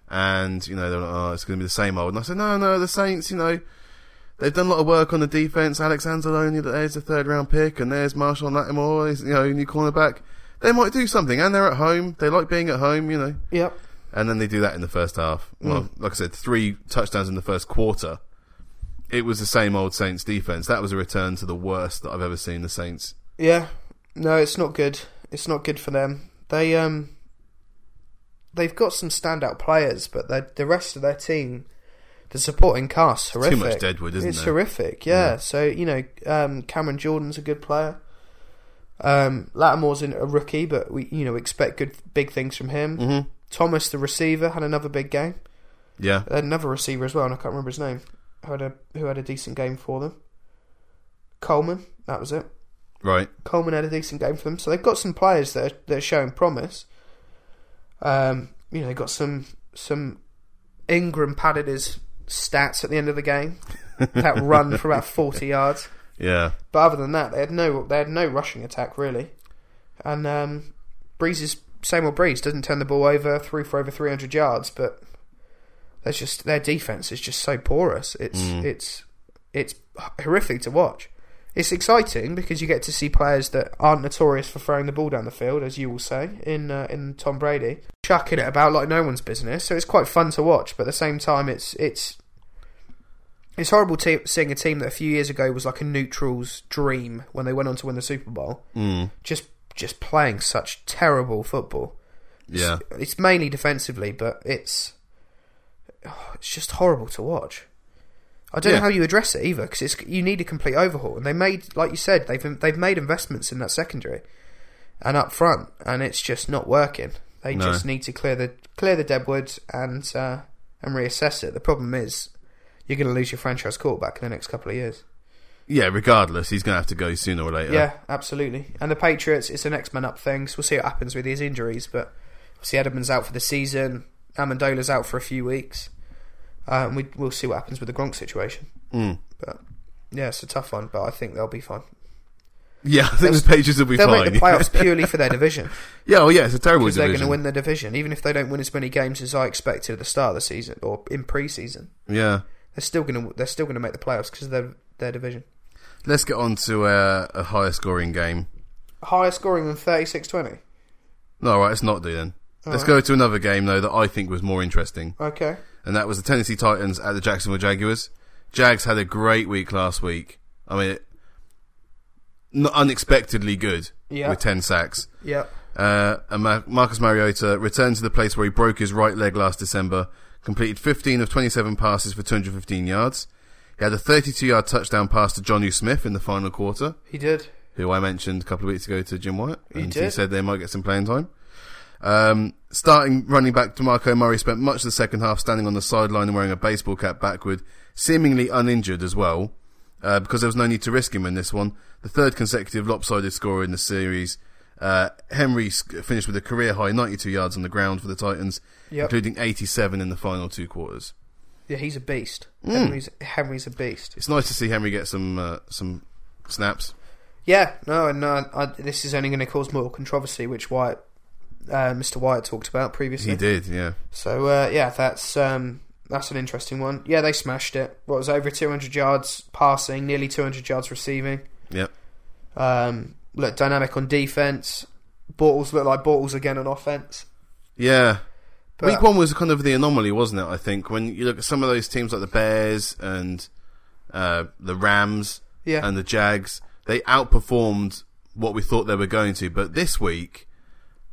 S1: and you know they're like, oh, it's going to be the same old. And I said, no, no, the Saints, you know. They've done a lot of work on the defense. Alex Anzalone, there's a third round pick, and there's Marshall Latimore, he's, you know, new cornerback. They might do something, and they're at home. They like being at home, you know.
S2: Yep.
S1: And then they do that in the first half. Well,
S2: Mm.
S1: like I said, three touchdowns in the first quarter. It was the same old Saints defense. That was a return to the worst that I've ever seen the Saints.
S2: Yeah. No, it's not good. It's not good for them. They um they've got some standout players, but the the rest of their team the supporting cast
S1: Too
S2: horrific.
S1: much Deadwood, isn't
S2: it's
S1: there?
S2: horrific, yeah. So, you know, um Cameron Jordan's a good player. Um Lattimore's in- a rookie, but we you know, expect good big things from him.
S1: Mhm.
S2: Thomas the receiver had another big game.
S1: Yeah,
S2: Another receiver as well, and I can't remember his name. Who had a who had a decent game for them. Coleman, that was it.
S1: right.
S2: Coleman had a decent game for them, so they've got some players that are, that are showing promise. Um, you know, they have got some some Ingram padded his stats at the end of the game. that run for about forty yards.
S1: Yeah.
S2: But other than that, they had no they had no rushing attack really, and um, Breeze is same old Breeze doesn't turn the ball over, three for over three hundred yards, but that's just their defense is just so porous. It's it's it's horrific to watch. It's exciting because you get to see players that aren't notorious for throwing the ball down the field, as you will say in uh, in Tom Brady, chucking it about like no one's business. So it's quite fun to watch, but at the same time, it's it's it's horrible te- seeing a team that a few years ago was like a neutral's dream when they went on to win the Super Bowl. Mm. Just just playing such terrible football.
S1: Yeah.
S2: It's mainly defensively, but it's it's just horrible to watch. I don't
S1: Yeah.
S2: know how you address it either because it's you need a complete overhaul. And they made, like you said, they've they've made investments in that secondary and up front, and it's just not working. They
S1: No.
S2: just need to clear the clear the deadwood and uh, and reassess it. The problem is you're going to lose your franchise quarterback in the next couple of years.
S1: Yeah, regardless, he's going to have to go sooner or later.
S2: Yeah, absolutely. And the Patriots, it's an next man up thing. So we'll see what happens with his injuries. But obviously, Edelman's out for the season. Amendola's out for a few weeks. Um, we, we'll see what happens with the Gronk situation.
S1: Mm.
S2: But yeah, it's a tough one. But I think they'll be fine.
S1: Yeah, I think the pages will be
S2: They'll
S1: fine.
S2: make the playoffs purely for their division
S1: yeah, well, yeah, it's a terrible
S2: because they're going
S1: division.
S2: to win their division, even if they don't win as many games as I expected at the start of the season or in pre-season.
S1: Yeah.
S2: They're still going to they're still going to make the playoffs because of their their division.
S1: Let's get on to uh, a higher scoring game.
S2: Higher scoring than 36-20.
S1: No, all right, let's not do then. Let's go to another game, though, that I think was more interesting,
S2: Okay.
S1: and that was the Tennessee Titans at the Jacksonville Jaguars. Jags had a great week last week. I mean, not unexpectedly good
S2: Yeah.
S1: with 10 sacks.
S2: Yep.
S1: Uh, and Mar- Marcus Mariota returned to the place where he broke his right leg last December, completed 15 of 27 passes for 215 yards. He had a 32 yard touchdown pass to Johnny Smith in the final quarter,
S2: He did.
S1: who I mentioned a couple of weeks ago to Jim White.
S2: You
S1: And he
S2: did.
S1: said they might get some playing time. Um, starting running back DeMarco Murray spent much of the second half standing on the sideline and wearing a baseball cap backward, seemingly uninjured as well, uh, because there was no need to risk him in this one. The third consecutive lopsided scorer in the series. Uh, Henry sc- finished with a career high 92 yards on the ground for the Titans,
S2: Yep.
S1: including 87 in the final two quarters.
S2: Yeah, he's a beast.
S1: Hmm.
S2: Henry's Henry's a beast.
S1: It's nice to see Henry get some uh, some snaps.
S2: Yeah, no, and uh, I, this is only going to cause more controversy, which Wyatt, uh, Mr. Wyatt talked about previously.
S1: He did, yeah.
S2: So uh, yeah, that's um, that's an interesting one. Yeah, they smashed it. What was it, over 200 yards passing, nearly 200 yards receiving.
S1: Yep.
S2: Um, look dynamic on defense. Bortles look like Bortles again on offense.
S1: Yeah.
S2: But-
S1: Week one was kind of the anomaly, wasn't it? I think when you look at some of those teams like the Bears and uh, the Rams
S2: Yeah.
S1: and the Jags, they outperformed what we thought they were going to. But this week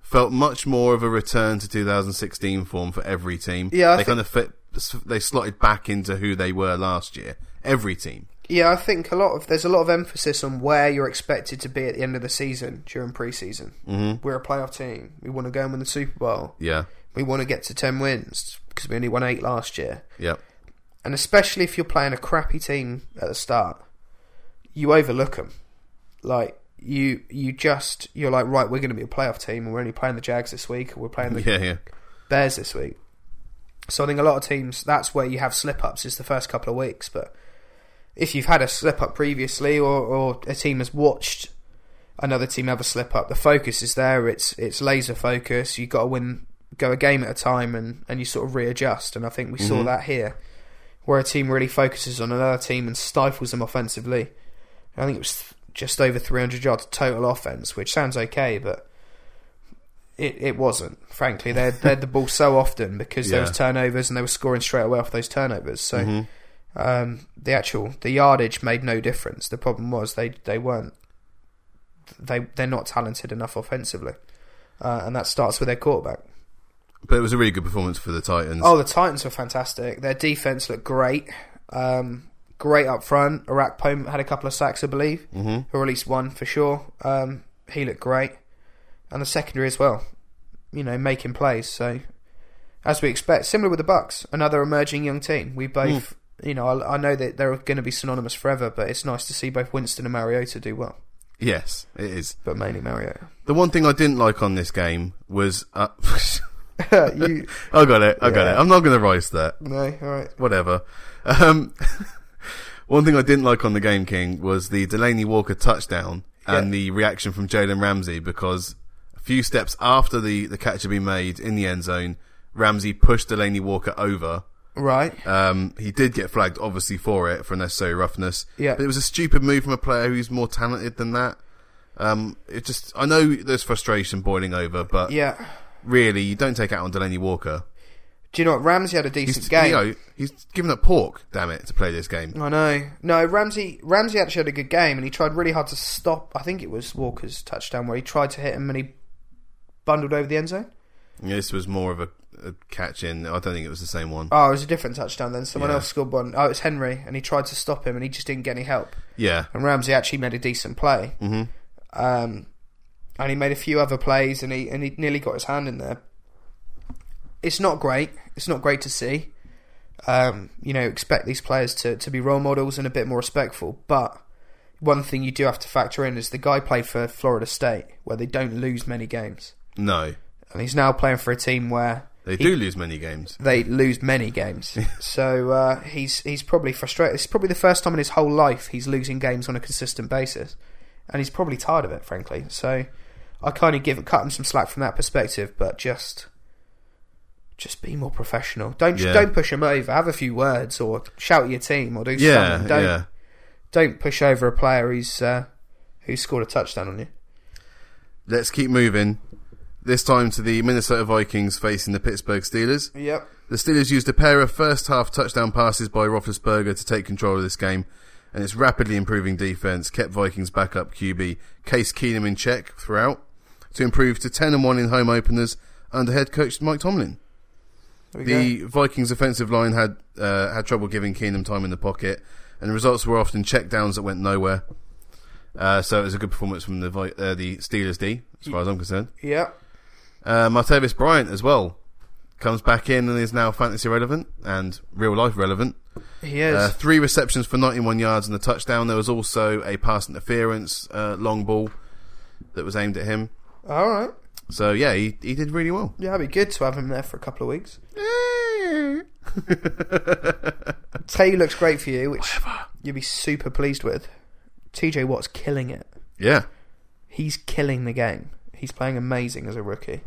S1: felt much more of a return to 2016 form for every team.
S2: Yeah, I
S1: they
S2: thi-
S1: kind of fit. They slotted back into who they were last year. Every team.
S2: Yeah, I think a lot of there's a lot of emphasis on where you're expected to be at the end of the season during preseason. mm We're a playoff team. We want to go and win the Super Bowl.
S1: Yeah.
S2: We want to get to ten wins because we only won eight last year.
S1: Yeah.
S2: And especially if you're playing a crappy team at the start, you overlook them. Like you, you just you're like right, we're going to be a playoff team, and we're only playing the Jags this week, or we're playing the
S1: Yeah. Yeah.
S2: Bears this week. So I think a lot of teams that's where you have slip ups is the first couple of weeks. But if you've had a slip up previously, or, or a team has watched another team have a slip up, the focus is there. It's it's laser focus. You got to win, go a game at a time, and and you sort of readjust. And I think we saw that here, where a team really focuses on another team and stifles them offensively. I think it was th- just over 300 yards total offense, which sounds okay, but it, it wasn't. Frankly, they had, they had the ball so often because there
S1: Yeah.
S2: was turnovers and they were scoring straight away off those turnovers. So um, the actual the yardage made no difference. The problem was they they weren't they they're not talented enough offensively, uh, and that starts with their quarterback.
S1: But it was a really good performance for the Titans.
S2: Oh, the Titans were fantastic. Their defense looked great. Um, great up front. Arakpo had a couple of sacks, I believe, mm-hmm. or at least one for sure. Um, he looked great, and the secondary as well. You know, making plays. So, as we expect, similar with the Bucks, another emerging young team. We both, you know, I, I know that they're going to be synonymous forever, but it's nice to see both Winston and Mariota do well,
S1: Yes, it is.
S2: but mainly Mariota.
S1: The one thing I didn't like on this game was. Uh,
S2: you
S1: I got it. I got
S2: Yeah.
S1: it. I'm not going to rise that.
S2: no, all right.
S1: whatever. Um, One thing I didn't like on the Game King was the Delaney Walker touchdown and
S2: Yeah.
S1: the reaction from Jalen Ramsey because a few steps after the, the catch had been made in the end zone, Ramsey pushed Delaney Walker over.
S2: Right.
S1: Um, he did get flagged, obviously, for it, for necessary roughness.
S2: Yeah.
S1: But it was a stupid move from a player who's more talented than that. Um, it just, I know there's frustration boiling over, but
S2: Yeah.
S1: really, you don't take it out on Delaney Walker.
S2: Do you know what? Ramsey had a decent
S1: He's,
S2: game.
S1: you know, he's given up pork, damn it, to play this game.
S2: I know. No, Ramsey Ramsey actually had a good game and he tried really hard to stop I think it was Walker's touchdown where he tried to hit him and he bundled over the end zone.
S1: Yeah, This was more of a, a catch in. I don't think it was the same one.
S2: Oh, it was a different touchdown then. Someone
S1: Yeah.
S2: else scored one. Oh, it was Henry and he tried to stop him and he just didn't get any help.
S1: Yeah,
S2: And Ramsey actually made a decent play. Mm-hmm. Um, and he made a few other plays and he and he nearly got his hand in there. It's not great. It's not great to see. Um, you know, expect these players to, to be role models and a bit more respectful. But one thing you do have to factor in is the guy played for Florida State, where they don't lose many games,
S1: no,
S2: and he's now playing for a team where
S1: they do lose many games.
S2: they lose many games. so uh, he's he's probably frustrated. It's probably the first time in his whole life he's losing games on a consistent basis, and he's probably tired of it, frankly. So I kind of give cut him some slack from that perspective, but just just be more professional. Don't
S1: Yeah.
S2: don't push him over. Have a few words or shout at your team or do
S1: Yeah,
S2: something. Don't
S1: yeah.
S2: don't push over a player who's uh, who scored a touchdown on you.
S1: Let's keep moving. This time to the Minnesota Vikings facing the Pittsburgh Steelers.
S2: Yep.
S1: The Steelers used a pair of first half touchdown passes by Roethlisberger to take control of this game, and its rapidly improving defense kept Vikings backup QB Case Keenum in check throughout to improve to 10 and 1 in home openers under head coach Mike Tomlin.
S2: There we
S1: The Vikings offensive line had uh, had trouble giving Keenum time in the pocket, and the results were often checkdowns that went nowhere. Uh, so it was a good performance from the Vi- uh, the Steelers D, as far as I'm concerned.
S2: go. Yep.
S1: Uh, Martavis Bryant as well comes back in and is now fantasy relevant and real life relevant.
S2: He is.
S1: Uh, three receptions for 91 yards and a touchdown. There was also a pass interference uh, long ball that was aimed at him.
S2: All right.
S1: So yeah, he he did really well.
S2: Yeah, it'd be good to have him there for a couple of weeks. Tay looks great for you, which you'll be super pleased with. TJ Watt's killing it.
S1: yeah,
S2: He's killing the game. He's playing amazing as a rookie.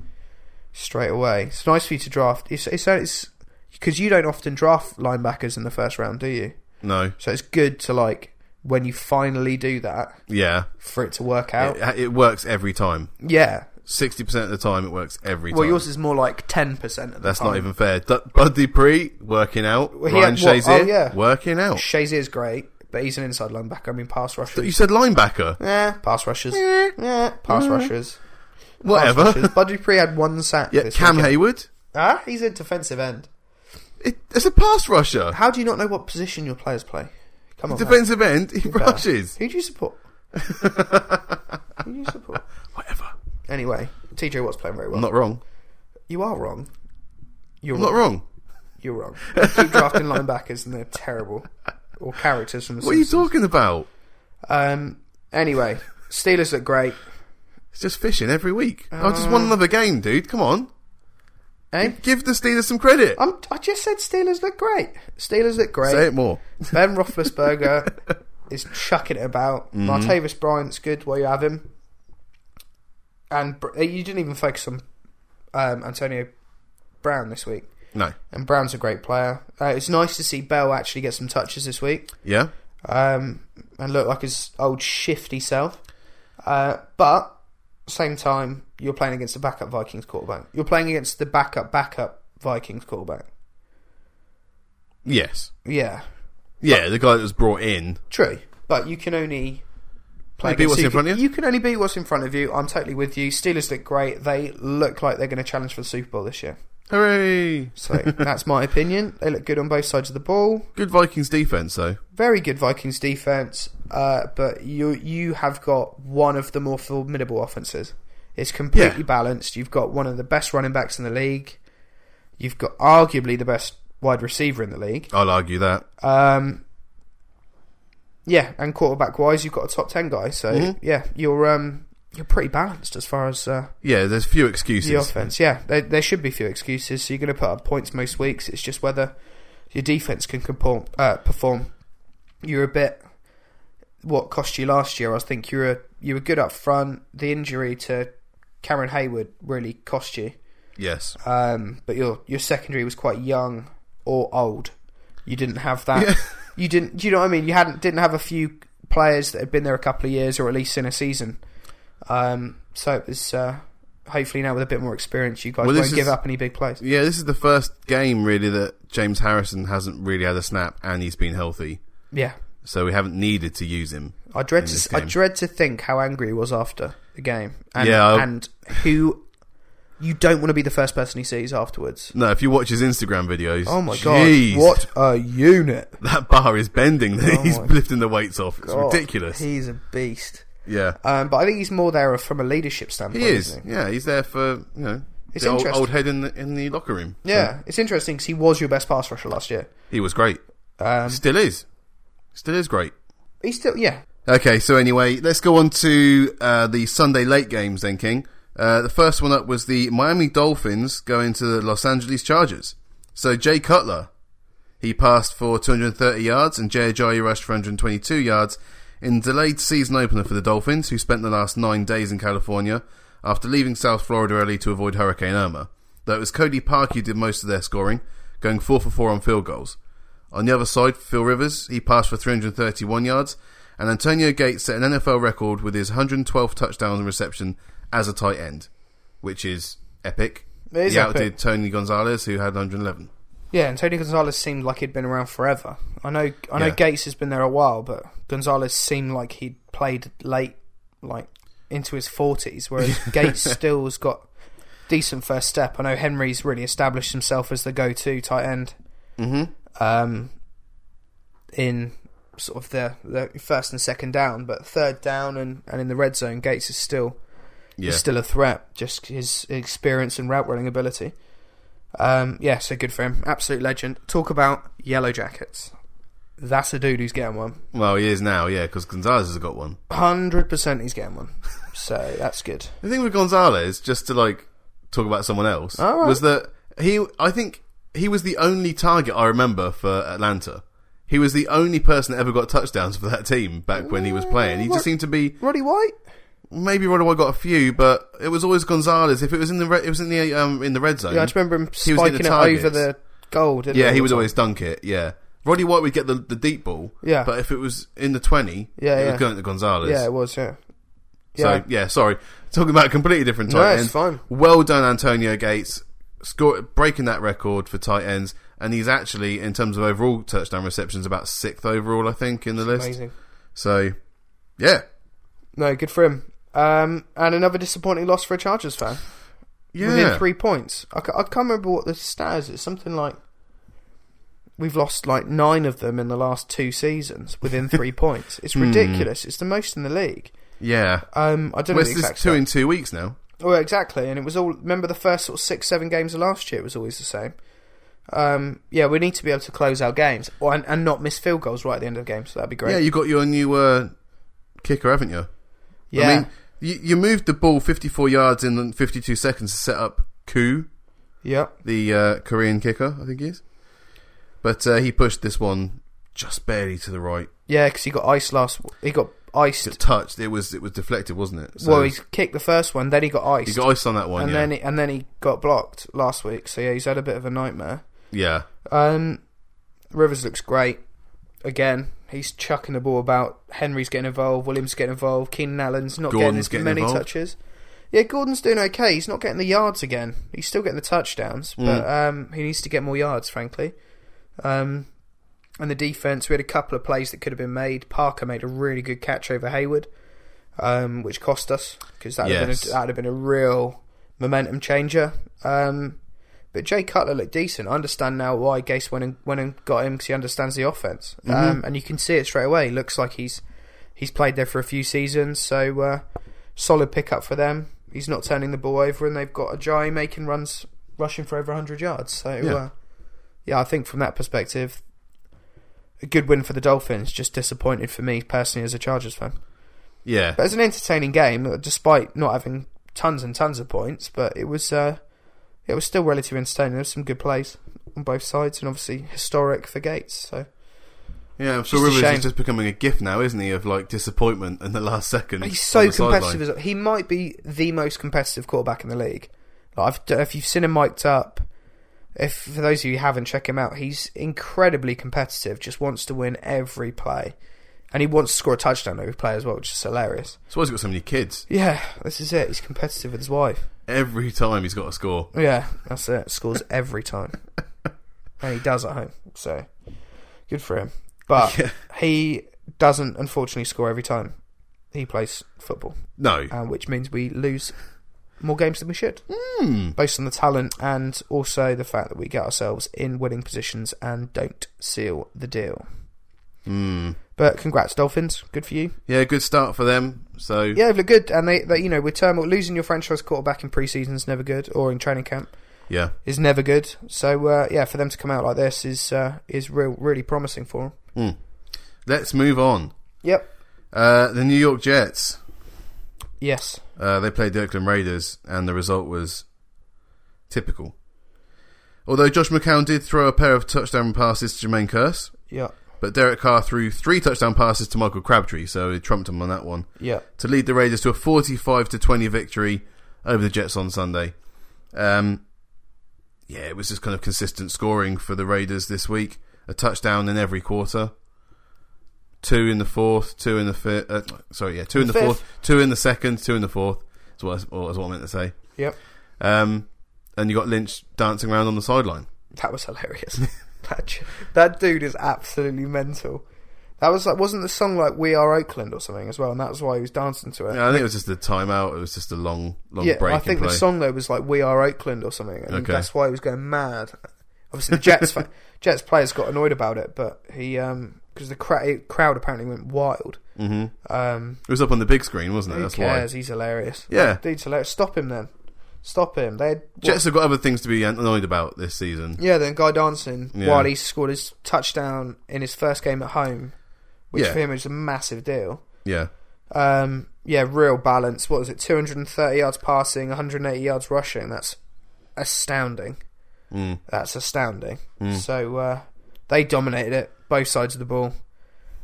S2: Straight away, it's nice for you to draft. It's it's it's because you don't often draft linebackers in the first round, do you?
S1: no,
S2: So it's good to like when you finally do that
S1: yeah,
S2: for it to work out.
S1: it, it works every time.
S2: yeah.
S1: Sixty percent of the time, it works every
S2: Well,
S1: time.
S2: yours is more like ten percent of the
S1: That's
S2: time.
S1: not even fair. D- Bud Dupree working out.
S2: Well, he
S1: Ryan
S2: had what-
S1: Shazier
S2: oh, yeah.
S1: working out.
S2: Shazier's great, but he's an inside linebacker. I mean, pass rusher.
S1: You said linebacker.
S2: Yeah, pass rushers.
S1: Eh.
S2: Yeah, pass rushers. Pass
S1: Whatever.
S2: rushers. Bud Dupree had one sack.
S1: Yeah,
S2: this
S1: Cam
S2: weekend.
S1: Hayward.
S2: Ah, he's a defensive end.
S1: It, it's a pass rusher.
S2: How do you not know what position your players play? Come on, mate.
S1: Defensive end, he rushes.
S2: Who do you support? Who do you support?
S1: Whatever.
S2: Anyway, TJ Watt's playing very well.
S1: I'm not wrong.
S2: you are wrong. You're
S1: I'm not wrong.
S2: You're wrong. Keep drafting linebackers and they're terrible. Or characters from the
S1: What are you
S2: Simpsons.
S1: talking about?
S2: Um. Anyway, Steelers look great.
S1: It's just fishing every week. I just
S2: Uh,
S1: won another game, dude. Come on.
S2: Eh?
S1: Give the Steelers some credit.
S2: I'm, I just said Steelers look great. Steelers look great.
S1: Say it more.
S2: Ben Roethlisberger is chucking it about. Martavis Bryant's good while you have him, and Br- eh, you didn't even focus on um, Antonio Brown this week.
S1: No.
S2: And Brown's a great player. Uh, it's nice to see Bell actually get some touches this week
S1: Yeah?
S2: um, and look like his old shifty self. Uh, but same time, you're playing against the backup Vikings quarterback. You're playing against the backup backup Vikings quarterback.
S1: Yes.
S2: Yeah,
S1: Yeah, the guy that was brought in.
S2: True, but you can only play
S1: Only beat
S2: against
S1: what's
S2: who
S1: in front of you?
S2: You can only beat what's in front of you. I'm totally with you. Steelers look great. They look like they're going to challenge for the Super Bowl this year.
S1: Hooray.
S2: So that's my opinion. They look good on both sides of the ball.
S1: Good Vikings defense, though.
S2: Very good Vikings defense, uh, but you you have got one of the more formidable offenses. It's completely
S1: Yeah.
S2: balanced. You've got one of the best running backs in the league. You've got arguably the best wide receiver in the league.
S1: I'll argue that.
S2: Um, yeah, and quarterback wise, you've got a top ten guy. So yeah, you're um, you're pretty balanced as far as uh,
S1: Yeah, there's few
S2: the
S1: excuses.
S2: offense. Yeah, there, there should be few excuses. So you're going to put up points most weeks. It's just whether your defense can compor- uh, perform you're a bit what cost you last year. I think you were you were good up front. The injury to Cameron Hayward really cost you,
S1: Yes.
S2: um, but your your secondary was quite young or old. You didn't have that.
S1: Yeah.
S2: You didn't. Do you know what I mean? You hadn't didn't have a few players that had been there a couple of years or at least in a season. Um, so it was uh, hopefully now with a bit more experience, you guys
S1: Well, this
S2: won't give
S1: is-
S2: up any big plays.
S1: Yeah, this is the first game really that James Harrison hasn't really had a snap and he's been healthy.
S2: Yeah,
S1: So we haven't needed to use him.
S2: I dread
S1: in
S2: to
S1: this
S2: I
S1: game.
S2: dread to think how angry he was after the game. And,
S1: Yeah, I-
S2: and who you don't want to be the first person he sees afterwards.
S1: No, if you watch his Instagram videos,
S2: Oh my
S1: jeez,
S2: god! What a unit!
S1: That bar is bending.
S2: Oh
S1: he's
S2: my
S1: lifting the weights off. It's
S2: God,
S1: ridiculous.
S2: Oh, He's a beast.
S1: yeah.
S2: Um, but I think he's more there from a leadership standpoint.
S1: He is.
S2: Isn't
S1: Yeah, he's there for, you know,
S2: It's
S1: the old,
S2: interesting.
S1: old head in the, in the locker room.
S2: he? Yeah, it's interesting because he was your best pass rusher last year.
S1: He was great.
S2: Um,
S1: Still is. Still is great.
S2: he's still yeah.
S1: Okay, so anyway, let's go on to uh, the Sunday late games then, King. Uh, the first one up was the Miami Dolphins going to the Los Angeles Chargers. So Jay Cutler, he passed for 230 yards and Jay Ajayi rushed for 122 yards in delayed season opener for the Dolphins, who spent the last nine days in California after leaving South Florida early to avoid Hurricane Irma. Though it was Cody Park who did most of their scoring, going 4 for 4 on field goals. On the other side, Phil Rivers, he passed for 331 yards, and Antonio Gates set an NFL record with his 112 touchdowns and reception as a tight end, which is epic.
S2: It is
S1: he
S2: epic.
S1: outdid Tony Gonzalez, who had 111.
S2: Yeah, and Tony Gonzalez seemed like he'd been around forever. I know, I know,
S1: Yeah.
S2: Gates has been there a while, but Gonzalez seemed like he'd played late, like into his forties, whereas Gates still has got decent first step. I know Henry's really established himself as the go-to tight end. Mm-hmm. Um, in sort of the, the first and second down, but third down and, and in the red zone, Gates is still
S1: Yeah.
S2: is still a threat. Just his experience and route running ability. Um, yeah, so good for him. Absolute legend. Talk about yellow jackets. That's a dude who's getting one.
S1: Well, he is now, yeah, because Gonzalez has got one.
S2: Hundred percent, he's getting one. So that's good.
S1: The thing with Gonzalez, just to like talk about someone else,
S2: All right.
S1: was that he, I think he was the only target I remember for Atlanta. He was the only person that ever got touchdowns for that team back when he was playing. He just seemed to be
S2: Roddy White.
S1: maybe Rodwell got a few, but it was always Gonzalez. If it was in the re- it was in the um in the red zone.
S2: Yeah, I just remember him
S1: He was near the
S2: spiking it over
S1: targets.
S2: the goal. Didn't
S1: Yeah, he
S2: all
S1: would
S2: the
S1: always dunk it. Yeah, Roddy White would get the, the deep ball.
S2: Yeah.
S1: but if it was in the twenty,
S2: Yeah,
S1: it
S2: yeah.
S1: was going to Gonzalez.
S2: time. Yeah, it was. Yeah.
S1: So yeah, sorry. Talking about a completely different tight
S2: No, it's
S1: end.
S2: fine.
S1: Well done, Antonio Gates, score, breaking that record for tight ends, and he's actually in terms of overall touchdown receptions about sixth overall, I think, in the list.
S2: amazing.
S1: So yeah,
S2: No, good for him. Um, and another disappointing loss for a Chargers fan.
S1: yeah,
S2: within three points. I, ca- I can't remember what the stat is. It's something like we've lost like nine of them in the last two seasons within three points.
S1: Hmm.
S2: It's ridiculous. It's the most in the league.
S1: yeah.
S2: Um, I don't know
S1: West is
S2: the exact
S1: two
S2: stat.
S1: in two weeks now.
S2: Oh, exactly. And it was all. Remember the first sort of six, seven games of last year? It was always the same. Um, yeah, we need to be able to close our games or, and, and not miss field goals right at the end of the game. So that'd be great.
S1: Yeah, you got your new uh, kicker, haven't you?
S2: yeah.
S1: I mean, you, you moved the ball 54 yards in 52 seconds to set up Koo,
S2: yeah.
S1: the uh, Korean kicker, I think he is. But uh, he pushed this one just barely to the right.
S2: Yeah, because he got iced last. He got iced.
S1: It touched. It was it was deflected, wasn't it? So
S2: well, he kicked the first one, then he got iced.
S1: he got ice on that one.
S2: and
S1: yeah.
S2: then he, and then he got blocked last week. So yeah, he's had a bit of a nightmare.
S1: yeah,
S2: Um, Rivers looks great again. He's chucking the ball about. Henry's getting involved. Williams getting involved. Keenan Allen's not getting
S1: Gordon's
S2: as
S1: getting
S2: many
S1: involved.
S2: touches. Yeah, Gordon's doing okay. He's not getting the yards again. He's still getting the touchdowns,
S1: Mm.
S2: but um, he needs to get more yards, frankly. Um, and the defense, we had a couple of plays that could have been made. Parker made a really good catch over Hayward, um, which cost us because that would have
S1: Yes.
S2: been a, that'd have been a real momentum changer. Um, but Jay Cutler looked decent. I understand now why Gase went and went and got him because he understands the offense,
S1: Mm-hmm.
S2: um, and you can see it straight away. Looks like he's he's played there for a few seasons, so uh, solid pickup for them. He's not turning the ball over, and they've got a Jai making runs, rushing for over hundred yards. So yeah.
S1: Yeah.
S2: Uh, yeah, I think from that perspective, a good win for the Dolphins. Just disappointed for me personally as a Chargers fan.
S1: yeah.
S2: But it was an entertaining game, uh, despite not having tons and tons of points. But it was, uh, it was still relatively entertaining. There was some good plays on both sides, and obviously historic for Gates. So
S1: Yeah, I'm sure
S2: Just a
S1: Rivers
S2: shame.
S1: is just becoming a gift now, isn't he, of like disappointment in the last second.
S2: He's
S1: on
S2: so
S1: the sideline.
S2: competitive. As, he might be the most competitive quarterback in the league. Like I've, if you've seen him mic'd up, if for those of you who haven't, check him out. He's incredibly competitive. Just wants to win every play, and he wants to score a touchdown every play as well, which is hilarious.
S1: That's why he's got so many kids.
S2: Yeah, this is it. He's competitive with his wife.
S1: Every time he's got a score.
S2: Yeah, that's it. Scores every time, and he does at home. So good for him. But
S1: Yeah.
S2: he doesn't, unfortunately, score every time he plays football.
S1: No.
S2: uh, which means we lose more games than we should,
S1: Hmm.
S2: based on the talent and also the fact that we get ourselves in winning positions and don't seal the deal.
S1: Hmm.
S2: But congrats, Dolphins. Good for you.
S1: Yeah, good start for them. So
S2: Yeah, they've looked good, and they, they you know, with turmoil, losing your franchise quarterback in preseason is never good, or in training camp
S1: yeah.
S2: is never good. So uh, yeah, for them to come out like this is uh, is real really promising for them.
S1: Hmm. Let's move on.
S2: Yep.
S1: Uh, the New York Jets.
S2: Yes.
S1: Uh, they played the Oakland Raiders, and the result was typical. Although Josh McCown did throw a pair of touchdown passes to Jermaine Curse,
S2: Yep.
S1: but Derek Carr threw three touchdown passes to Michael Crabtree, so he trumped him on that one
S2: Yep.
S1: to lead the Raiders to a 45 to 20 victory over the Jets on Sunday. Um, yeah, it was just kind of consistent scoring for the Raiders this week. A touchdown in every quarter. Two in the fourth, two in the fifth. Uh, sorry, yeah, two in the
S2: Fifth.
S1: fourth, two in the second, two in the fourth. Is what, I, or is what I meant to say.
S2: Yep.
S1: Um, and you got Lynch dancing around on the sideline.
S2: That was hilarious. that ch- that dude is absolutely mental. That was like wasn't the song like "We Are Oakland" or something as well, and that's why he was dancing to it.
S1: Yeah, I think it was just a timeout. It was just a long, long
S2: Yeah,
S1: break.
S2: I think
S1: in
S2: the
S1: play.
S2: song though was like "We Are Oakland" or something, and
S1: Okay.
S2: that's why he was going mad. Obviously, the Jets fa- Jets players got annoyed about it, but he um because the cra- crowd apparently went wild.
S1: hmm
S2: Um,
S1: It was up on the big screen, wasn't it?
S2: who
S1: That's
S2: cares? He's hilarious.
S1: why. Yeah,
S2: Dude's hilarious. Stop him then. Stop him. They had,
S1: Jets have got other things to be annoyed about this season.
S2: Yeah, then guy dancing
S1: Yeah.
S2: while he scored his touchdown in his first game at home, which
S1: Yeah.
S2: for him is a massive deal.
S1: Yeah,
S2: Um, yeah, real balance. What was it? Two hundred and thirty yards passing, one hundred and eighty yards rushing. That's astounding.
S1: Mm.
S2: That's astounding.
S1: Mm.
S2: So uh, they dominated it, both sides of the ball,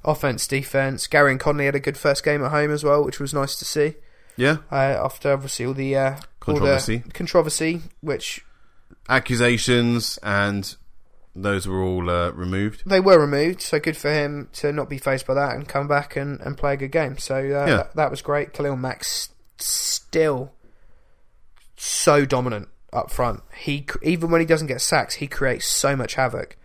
S2: offense, defense. Gary and Conley had a good first game at home as well, which was nice to see.
S1: yeah.
S2: Uh, after obviously all the uh, all the
S1: Controversy.
S2: controversy, which
S1: Accusations and those were all uh, removed.
S2: they were removed, so good for him to not be faced by that and come back and, and play a good game. So uh, that, that was great. Khalil Mack s- still so dominant up front. He c- even when he doesn't get sacks, he creates so much havoc.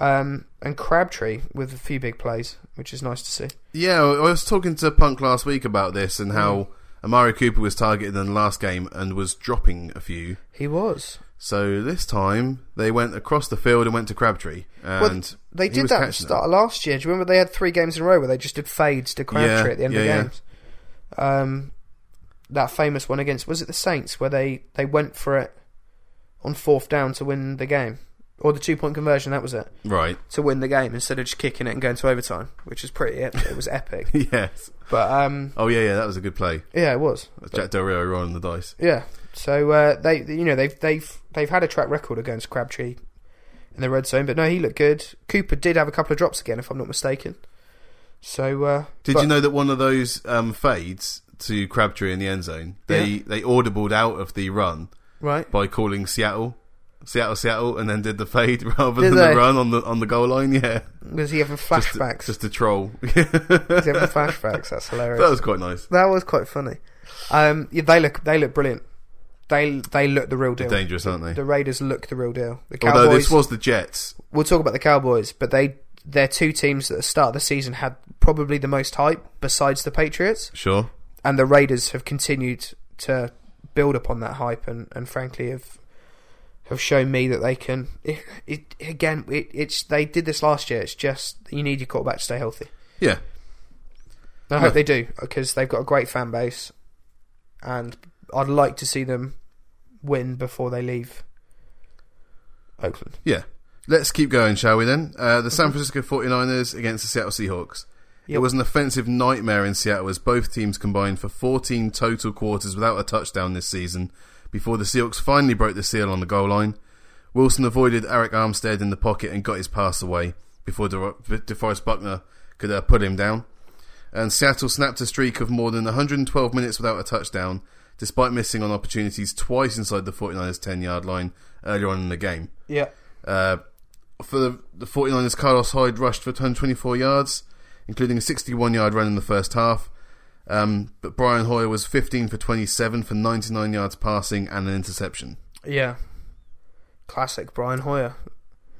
S2: Um, and Crabtree with a few big plays, which is nice to see.
S1: Yeah, I was talking to Punk last week about this and
S2: Mm.
S1: how Amari Cooper was targeted in the last game and was dropping a few.
S2: He was.
S1: So this time they went across the field and went to Crabtree, and
S2: They
S1: he
S2: did
S1: was
S2: that at the
S1: catching them.
S2: start of last year. Do you remember they had three games in a row where they just did fades to Crabtree
S1: Yeah,
S2: at the end of
S1: yeah, yeah.
S2: games? Um, that famous one against was it the Saints where they they went for it on fourth down to win the game or the two point conversion that was it
S1: right?
S2: to win the game instead of just kicking it and going to overtime, which is pretty ep- it was epic.
S1: yes.
S2: But um,
S1: Oh yeah, yeah. That was a good play.
S2: yeah, it was.
S1: That's Jack Del Rio rolling the dice.
S2: Yeah. So uh, they, you know, they've they've they've had a track record against Crabtree in the red zone, but no, he looked good. Cooper did have a couple of drops again, if I'm not mistaken. So uh,
S1: Did
S2: but-
S1: you know that one of those um, fades to Crabtree in the end zone? They they audibled out of the run
S2: Right.
S1: by calling Seattle, Seattle, Seattle, and then did the fade rather
S2: Did
S1: than
S2: they?
S1: the run on the on the goal line. Yeah,
S2: Was he having
S1: Just- uh,
S2: flashbacks?
S1: just a troll.
S2: Was he having flashbacks? That's hilarious.
S1: that was quite nice.
S2: That was quite funny. Um, yeah, they look they look brilliant. They they look the real deal.
S1: They're dangerous, aren't they?
S2: The Raiders look the real deal. The
S1: Although
S2: Cowboys.
S1: this was the Jets.
S2: we'll talk about the Cowboys, but they they're two teams that at the start of the season had probably the most hype besides the Patriots.
S1: Sure.
S2: and the Raiders have continued to build upon that hype and, and frankly have have shown me that they can it, it again it, it's they did this last year it's just you need your quarterback to stay healthy
S1: Yeah.
S2: And I
S1: Yeah.
S2: hope they do because they've got a great fan base and I'd like to see them win before they leave Oakland
S1: Yeah. Let's keep going, shall we then? Uh, the San Francisco 49ers against the Seattle Seahawks. It
S2: Yep.
S1: was an offensive nightmare in Seattle as both teams combined for 14 total quarters without a touchdown this season before the Seahawks finally broke the seal on the goal line. Wilson avoided Eric Armstead in the pocket and got his pass away before De- DeForest Buckner could uh, put him down. And Seattle snapped a streak of more than 112 minutes without a touchdown, despite missing on opportunities twice inside the 49ers' 10 yard line earlier on in the game.
S2: Yeah.
S1: Uh, for the, the 49ers, Carlos Hyde rushed for 124 yards, including a 61 yard run in the first half. Um, but Brian Hoyer was 15 for 27 for 99 yards passing and an interception.
S2: Yeah. Classic Brian Hoyer.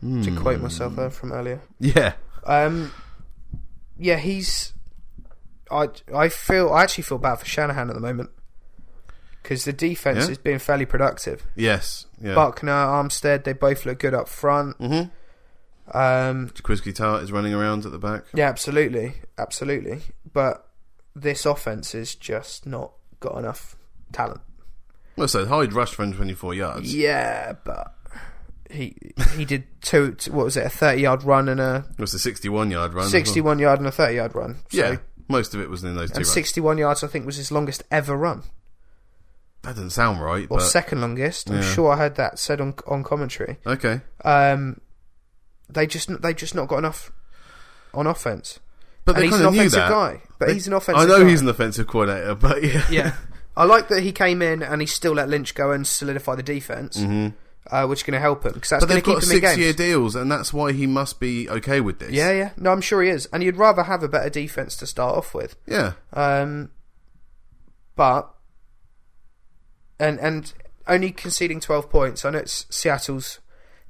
S2: To quote myself there from earlier.
S1: Yeah.
S2: Um, yeah, he's. I I feel I actually feel bad for Shanahan at the moment because the defense
S1: Yeah?
S2: is being fairly productive.
S1: Yes. Yeah.
S2: Buckner, Armstead, they both look good up front.
S1: mm-hmm.
S2: Um,
S1: Jaquiski Tart is running around at the back.
S2: yeah, absolutely, absolutely. But this offense is just not got enough talent.
S1: Well, so Hyde rushed for 124 yards.
S2: Yeah, but he he did two. t- What was it? A thirty-yard run and a
S1: It was a 61 yard run. as well.
S2: sixty-one yard and a thirty-yard run. So-
S1: Yeah. Most of it was in those two
S2: And
S1: runs.
S2: 61 yards, I think, was his longest ever run.
S1: That doesn't sound right,
S2: or
S1: but
S2: second longest. I'm
S1: Yeah.
S2: sure I heard that said on on commentary.
S1: okay.
S2: Um, they just they just not got enough on offense.
S1: But
S2: and
S1: they
S2: he's
S1: kind
S2: an
S1: of knew
S2: offensive
S1: that.
S2: guy, but
S1: They-
S2: he's an offensive.
S1: I know
S2: guy.
S1: he's an offensive coordinator, but yeah,
S2: yeah. I like that he came in and he still let Lynch go and solidify the defense, uh, which is going to help him because that's
S1: Mm-hmm. But
S2: going
S1: they've
S2: to keep
S1: got
S2: him in games.
S1: six-year deals, and that's why he must be okay with this.
S2: yeah, yeah. No, I'm sure he is, and you'd rather have a better defense to start off with.
S1: yeah.
S2: Um, but and and only conceding twelve points. I know it's Seattle's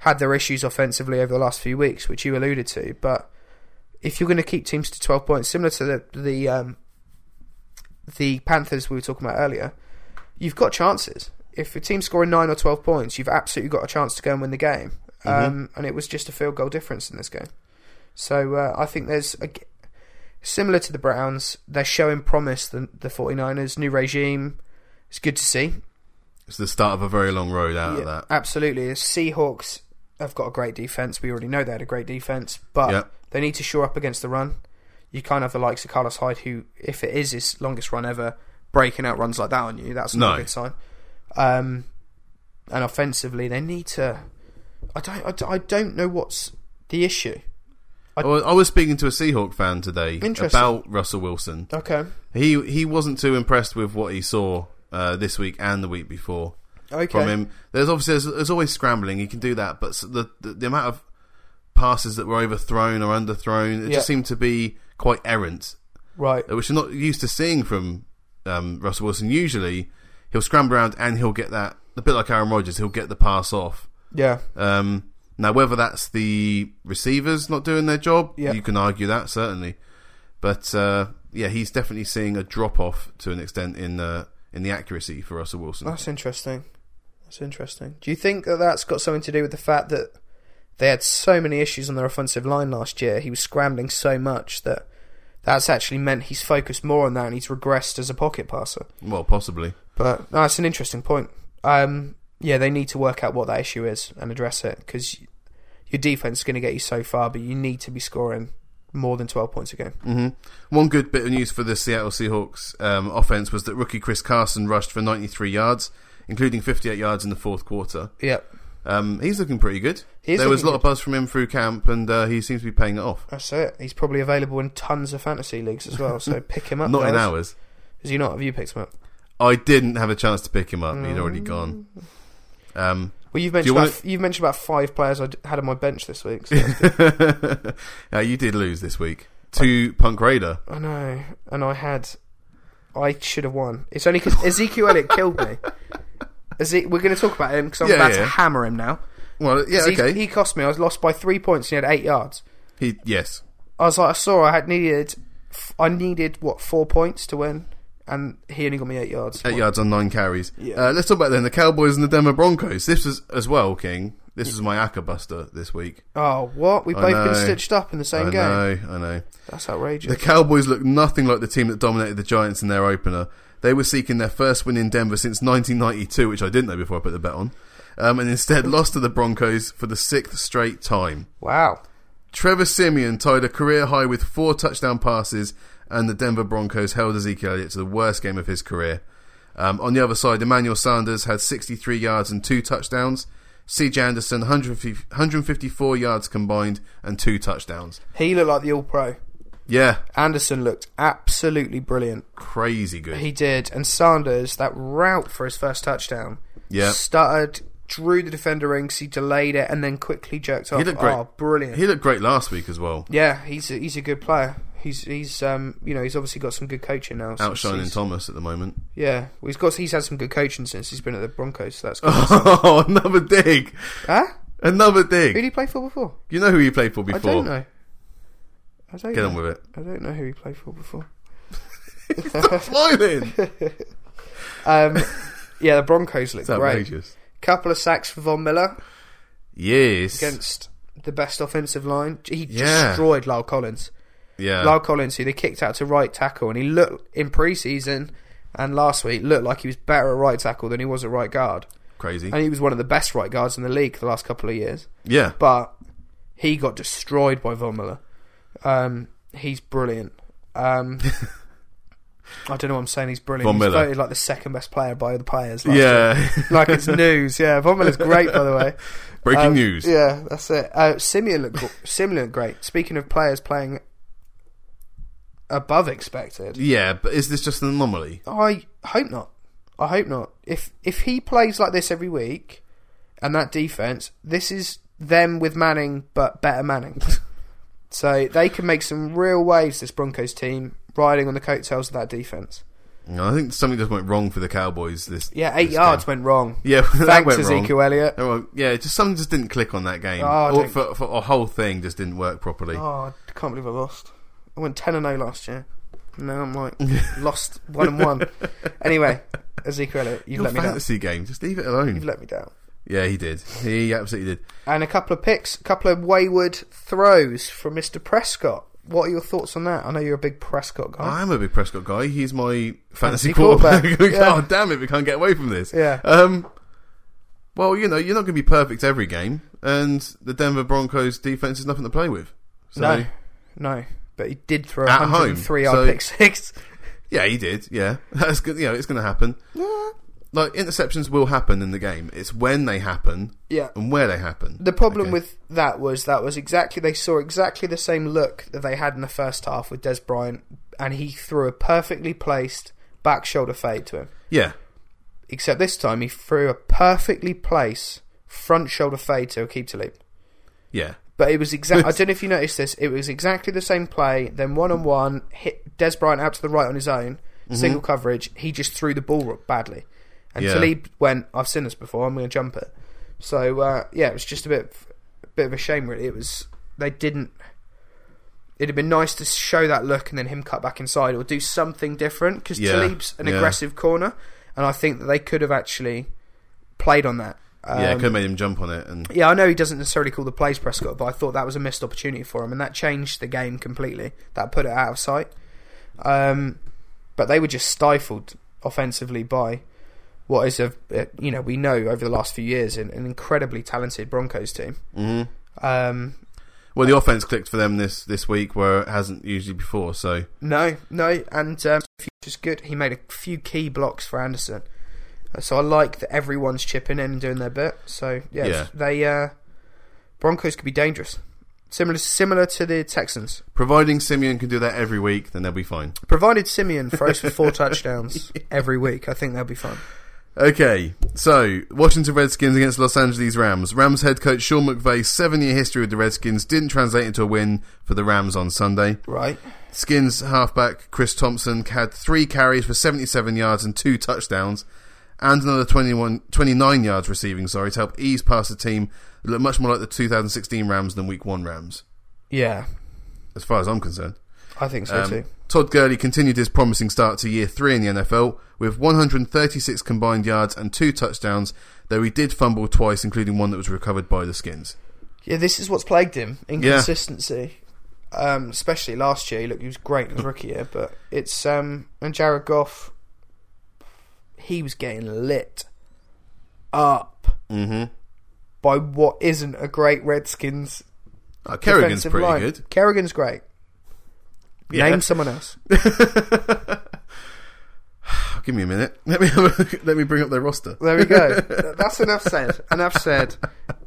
S2: had their issues offensively over the last few weeks, which you alluded to. But if you're going to keep teams to twelve points, similar to the the um, the Panthers we were talking about earlier, you've got chances. If a team's scoring nine or twelve points, you've absolutely got a chance to go and win the game. Um, and it was just a field goal difference in this game. So uh, I think there's a, g- similar to the Browns, they're showing promise. The, the 49ers, new regime. It's good to see.
S1: It's the start of a very long road out of that.
S2: Absolutely. The Seahawks have got a great defense. We already know they had a great defense, but
S1: Yep.
S2: they need to shore up against the run. You can't have the likes of Carlos Hyde, who, if it is his longest run ever, breaking out runs like that on you. That's not
S1: No.
S2: a good sign. Um, and offensively, they need to. I don't. I don't- I don't know what's the issue.
S1: I was I was speaking to a Seahawk fan today
S2: Interesting.
S1: about Russell Wilson.
S2: Okay.
S1: He he wasn't too impressed with what he saw uh, this week and the week before
S2: Okay.
S1: from him. There's obviously there's, there's always scrambling. He can do that, but s- the the, the amount of passes that were overthrown or underthrown, it
S2: Yeah.
S1: just seemed to be quite errant,
S2: Right.
S1: uh, which I'm not used to seeing from um, Russell Wilson. Usually, he'll scramble around and he'll get that a bit like Aaron Rodgers. He'll get the pass off.
S2: Yeah.
S1: Um, now, whether that's the receivers not doing their job,
S2: Yeah.
S1: you can argue that certainly. But uh, yeah, he's definitely seeing a drop off to an extent in uh, in the accuracy for Russell Wilson.
S2: That's interesting. That's interesting. Do you think that that's got something to do with the fact that they had so many issues on their offensive line last year? He was scrambling so much that that's actually meant he's focused more on that and he's regressed as a pocket passer.
S1: Well, possibly.
S2: But no, that's an interesting point. Um, yeah, they need to work out what that issue is and address it because your defense is going to get you so far, but you need to be scoring more than twelve points a game.
S1: hmm One good bit of news for the Seattle Seahawks um, offense was that rookie Chris Carson rushed for 93 yards, including 58 yards in the fourth quarter.
S2: Yep,
S1: Um, he's looking pretty good.
S2: He is
S1: there was a lot
S2: looking
S1: of buzz from him through camp, and uh, he seems to be paying it off.
S2: that's it. He's probably available in tons of fantasy leagues as well. So pick him up.
S1: Not in
S2: guys.
S1: ours.
S2: Is he not? Have you picked him up?
S1: I didn't have a chance to pick him up. He'd already gone. Um,
S2: Well, you've
S1: Do you
S2: mentioned
S1: wanna-
S2: about, you've mentioned about five players I d- had on my bench this week. So
S1: yeah, you did lose this week to Punk Raider.
S2: I know, and I had, I should have won. It's only because Ezekiel Elliott killed me. Eze- we're going to talk about him because I'm
S1: Yeah,
S2: about
S1: yeah.
S2: to hammer him now.
S1: Well, yeah,
S2: 'Cause he-
S1: okay.
S2: He cost me. I was lost by three points. and He had eight yards.
S1: He, yes,
S2: I was like, I saw I had needed, f- I needed what four points to win, and he only got me eight yards.
S1: eight yards on nine carries.
S2: Yeah.
S1: Uh, let's talk about then the Cowboys and the Denver Broncos. This was as well, King. This was my acca buster this week.
S2: Oh, what? We
S1: I
S2: both been
S1: know.
S2: stitched up in the same
S1: I
S2: game.
S1: know, I know.
S2: That's
S1: The
S2: outrageous.
S1: Cowboys look nothing like the team that dominated the Giants in their opener. They were seeking their first win in Denver since 1992, which I didn't know before I put the bet on, um, and instead lost to the Broncos for the sixth straight time.
S2: Wow.
S1: Trevor Simeon tied a career high with four touchdown passes, and the Denver Broncos held Ezekiel Elliott to the worst game of his career. Um, on the other side, Emmanuel Sanders had 63 yards and two touchdowns. CJ Anderson, 150, 154 yards combined and two touchdowns.
S2: He looked like the All Pro.
S1: Yeah,
S2: Anderson looked absolutely brilliant.
S1: crazy good.
S2: He did. And Sanders, that route for his first touchdown,
S1: Yeah.
S2: stuttered, drew the defender in 'cause he delayed it, and then quickly jerked off.
S1: looked great.
S2: Oh, brilliant.
S1: He looked great last week as well,
S2: yeah, he's a, he's a good player. He's he's um you know he's obviously got some good coaching now. since
S1: outshining
S2: he's-
S1: Thomas at the moment.
S2: Yeah, well, he's got he's had some good coaching since he's been at the Broncos. So that's good.
S1: Oh, another dig.
S2: huh?
S1: Another
S2: Who did
S1: dig.
S2: he play for before?
S1: You know who he played for
S2: I
S1: before.
S2: don't know. I don't
S1: Get
S2: know.
S1: on with it.
S2: I don't know who he played for before.
S1: Smiling.
S2: Um, yeah, the Broncos look
S1: It's
S2: great.
S1: outrageous.
S2: Couple of sacks for Von Miller
S1: Yes.
S2: against the best offensive line. He
S1: Yeah.
S2: destroyed Lyle Collins.
S1: yeah.
S2: Lyle Collins, who they kicked out to right tackle, and he looked in preseason and last week looked like he was better at right tackle than he was at right guard,
S1: Crazy.
S2: and he was one of the best right guards in the league the last couple of years.
S1: yeah.
S2: but he got destroyed by Von Miller. Um, he's brilliant. Um, I don't know what I'm saying. He's brilliant.
S1: Von
S2: he's
S1: Miller.
S2: voted like the second best player by the players. Last year.
S1: Yeah.
S2: like it's news. Yeah, Von Miller's great, by the way.
S1: Breaking
S2: Um,
S1: news.
S2: Yeah, that's it. Uh, Simeon looked gr- Simeon looked great. Speaking of players playing above expected,
S1: Yeah, but is this just an anomaly?
S2: I hope not. I hope not. If if he plays like this every week, and that defense, this is them with Manning, but better Manning. so they can make some real waves. This Broncos team riding on the coattails of that defense.
S1: No, I think something just went wrong for the Cowboys this.
S2: Yeah, eight
S1: this
S2: yards
S1: Game.
S2: went wrong.
S1: Yeah, that
S2: Thanks,
S1: went
S2: Ezekiel
S1: wrong.
S2: Elliott.
S1: Oh, well, yeah, just something just didn't click on that game.
S2: Oh, I
S1: or
S2: don't-
S1: for, for a whole thing just didn't work properly.
S2: Oh, I can't believe I lost. I went ten and zero last year. Now I'm like lost one and one. Anyway, Ezekiel Elliott, you've
S1: Your
S2: let me down.
S1: fantasy game, just leave it alone.
S2: You've let me down.
S1: yeah, he did. He absolutely did.
S2: and a couple of picks, a couple of wayward throws from Mr. Prescott. What are your thoughts on that? I know you're a big Prescott guy.
S1: I'm a big Prescott guy. He's my fantasy
S2: Fantasy
S1: quarterback.
S2: quarterback,
S1: We
S2: yeah.
S1: can't- oh, damn it, we can't get away from this.
S2: Yeah.
S1: Um, well, you know, you're not going to be perfect every game, and the Denver Broncos defense is nothing to play with. So,
S2: no, no, but he did throw a
S1: At home,
S2: 103 yard
S1: so-
S2: pick six.
S1: Yeah, he did. Yeah, that's good. You know, it's going to happen. Like interceptions will happen in the game. It's when they happen
S2: yeah.
S1: and where they happen.
S2: The problem
S1: Okay.
S2: with that was that was exactly they saw exactly the same look that they had in the first half with Des Bryant, and he threw a perfectly placed back shoulder fade to him.
S1: yeah,
S2: Except this time he threw a perfectly placed front shoulder fade to Akeem Talib.
S1: yeah,
S2: But it was exact. I don't know if you noticed this. It was exactly the same play. Then one on one, hit Des Bryant out to the right on his own, single coverage. He just threw the ball up badly, and
S1: Mm-hmm. Yeah.
S2: Talib went. I've seen this before. I'm going to jump it. So uh, yeah, it was just a bit, a bit of a shame. Really, it was they didn't. It'd have been nice to show that look and then him cut back inside or do something different because
S1: Yeah.
S2: Talib's an
S1: Yeah.
S2: aggressive corner, and I think that they could have actually played on that.
S1: yeah.
S2: Um,
S1: Could have made him jump on it, and
S2: yeah, I know he doesn't necessarily call the plays Prescott, but I thought that was a missed opportunity for him, and that changed the game completely. That put it out of sight. Um, but they were just stifled offensively by what is a uh, you know we know over the last few years an, an incredibly talented Broncos team.
S1: Mhm.
S2: Um,
S1: well, the offense clicked for them this this week where it hasn't usually before. So
S2: no, no, and um, Future's good. He made a few key blocks for Anderson, Uh, so I like that everyone's chipping in and doing their bit. So yeah,
S1: Yeah.
S2: they uh, Broncos could be dangerous. Similar, similar to the Texans.
S1: providing Simeon can do that every week, then they'll be fine.
S2: Provided Simeon throws for four touchdowns every week, I think that'll be fun.
S1: Okay, so Washington Redskins against Los Angeles Rams. Rams head coach Sean McVay's seven-year history with the Redskins didn't translate into a win for the Rams on Sunday.
S2: Right.
S1: Skins halfback Chris Thompson had three carries for 77 yards and two touchdowns, and another 21, 29 yards receiving, sorry, to help ease past the team that looked much more like the 2016 Rams than Week 1 Rams,
S2: Yeah,
S1: as far as I'm concerned.
S2: I think so
S1: Um,
S2: too.
S1: Todd Gurley continued his promising start to year three in the NFL with 136 combined yards and two touchdowns, though he did fumble twice, including one that was recovered by the Skins.
S2: Yeah, this is what's plagued him inconsistency. Um, especially last year, he looked he was great in his rookie year, but it's um and Jared Goff, he was getting lit up
S1: Mm-hmm.
S2: by what isn't a great Redskins
S1: Uh, Kerrigan's
S2: defensive
S1: pretty
S2: line.
S1: good.
S2: Kerrigan's great.
S1: Yeah.
S2: Name someone else.
S1: I'll Oh, Give me a minute. Let me have a look- let me bring up their roster.
S2: There we go. That's enough said. Enough said.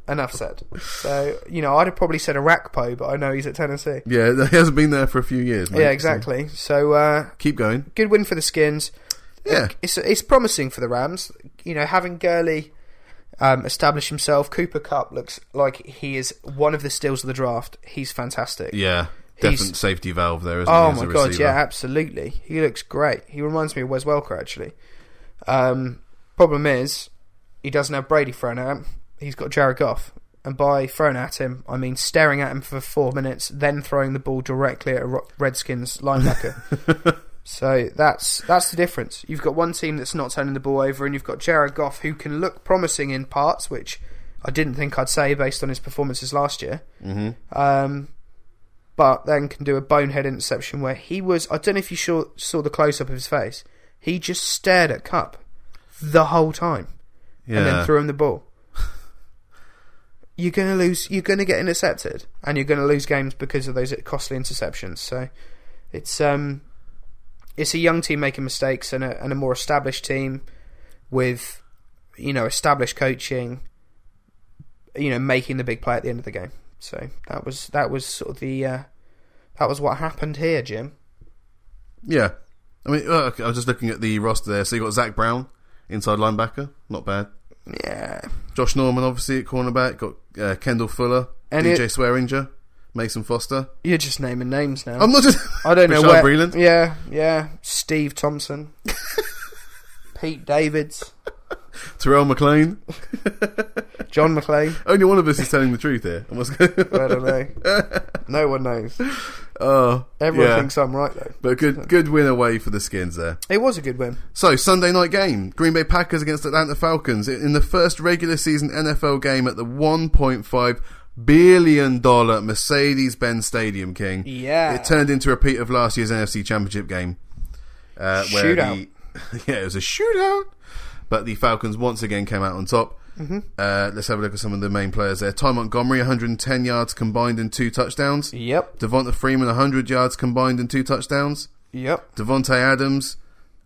S2: Enough said. So you know, I'd have probably said Arakpo, but I know he's at Tennessee.
S1: Yeah, he hasn't been there for a few years. Mate,
S2: Yeah,
S1: so
S2: exactly. So uh,
S1: keep going.
S2: good win for the Skins.
S1: Yeah,
S2: It's it's promising for the Rams. You know, having Gurley um, establish himself, Cooper Cup looks like he is one of the steals of the draft. He's fantastic.
S1: yeah.
S2: He's-
S1: Definite safety valve there, isn't he?
S2: Oh
S1: as
S2: my
S1: a
S2: god,
S1: receiver?
S2: yeah, absolutely. He looks great. He reminds me of Wes Welker actually. Um, problem is, he doesn't have Brady thrown at him. He's got Jared Goff, and by thrown at him, I mean staring at him for four minutes, then throwing the ball directly at a Ro- Redskins linebacker. so that's that's the difference. You've got one team that's not turning the ball over, and you've got Jared Goff who can look promising in parts, which I didn't think I'd say based on his performances last year.
S1: Mm-hmm.
S2: Um, but then can do a bonehead interception where he was. I don't know if you saw, saw the close up of his face. He just stared at Cup the whole time
S1: yeah.
S2: and then threw him the ball. You're gonna lose. You're gonna get intercepted, and you're gonna lose games because of those costly interceptions. So, it's um, it's a young team making mistakes, and a and a more established team with, you know, established coaching. You know, making the big play at the end of the game. So that was that was sort of the uh, that was what happened here, Jim.
S1: Yeah. I mean, uh, okay, I was just looking at the roster there. So you got Zach Brown, inside linebacker, not bad.
S2: Yeah,
S1: Josh Norman, obviously at cornerback. Got uh, Kendall Fuller,
S2: And
S1: DJ Swearinger, Mason Foster.
S2: you're just naming names now.
S1: I'm not just.
S2: I don't know where.
S1: Rashard Breeland.
S2: Yeah, yeah. Steve Thompson, Pete Davids,
S1: Terrell McLean.
S2: John McLean.
S1: Only one of us is telling the truth here. I must.
S2: I don't know. No one knows.
S1: oh,
S2: Everyone
S1: yeah.
S2: thinks I'm right though.
S1: But good, good win away for the Skins there.
S2: It was a good win.
S1: So Sunday night game, Green Bay Packers against Atlanta Falcons in the first regular season NFL game at the 1.5 billion dollar Mercedes-Benz Stadium. King,
S2: Yeah.
S1: it turned into a repeat of last year's NFC Championship game. Uh,
S2: Shootout.
S1: The, yeah, it was a shootout. But the Falcons once again came out on top.
S2: Mm-hmm.
S1: Uh, let's have a look at some of the main players there. Ty Montgomery, 110 yards combined and two touchdowns.
S2: Yep.
S1: Devonta Freeman, 100 yards combined and two touchdowns.
S2: Yep.
S1: Devonte Adams,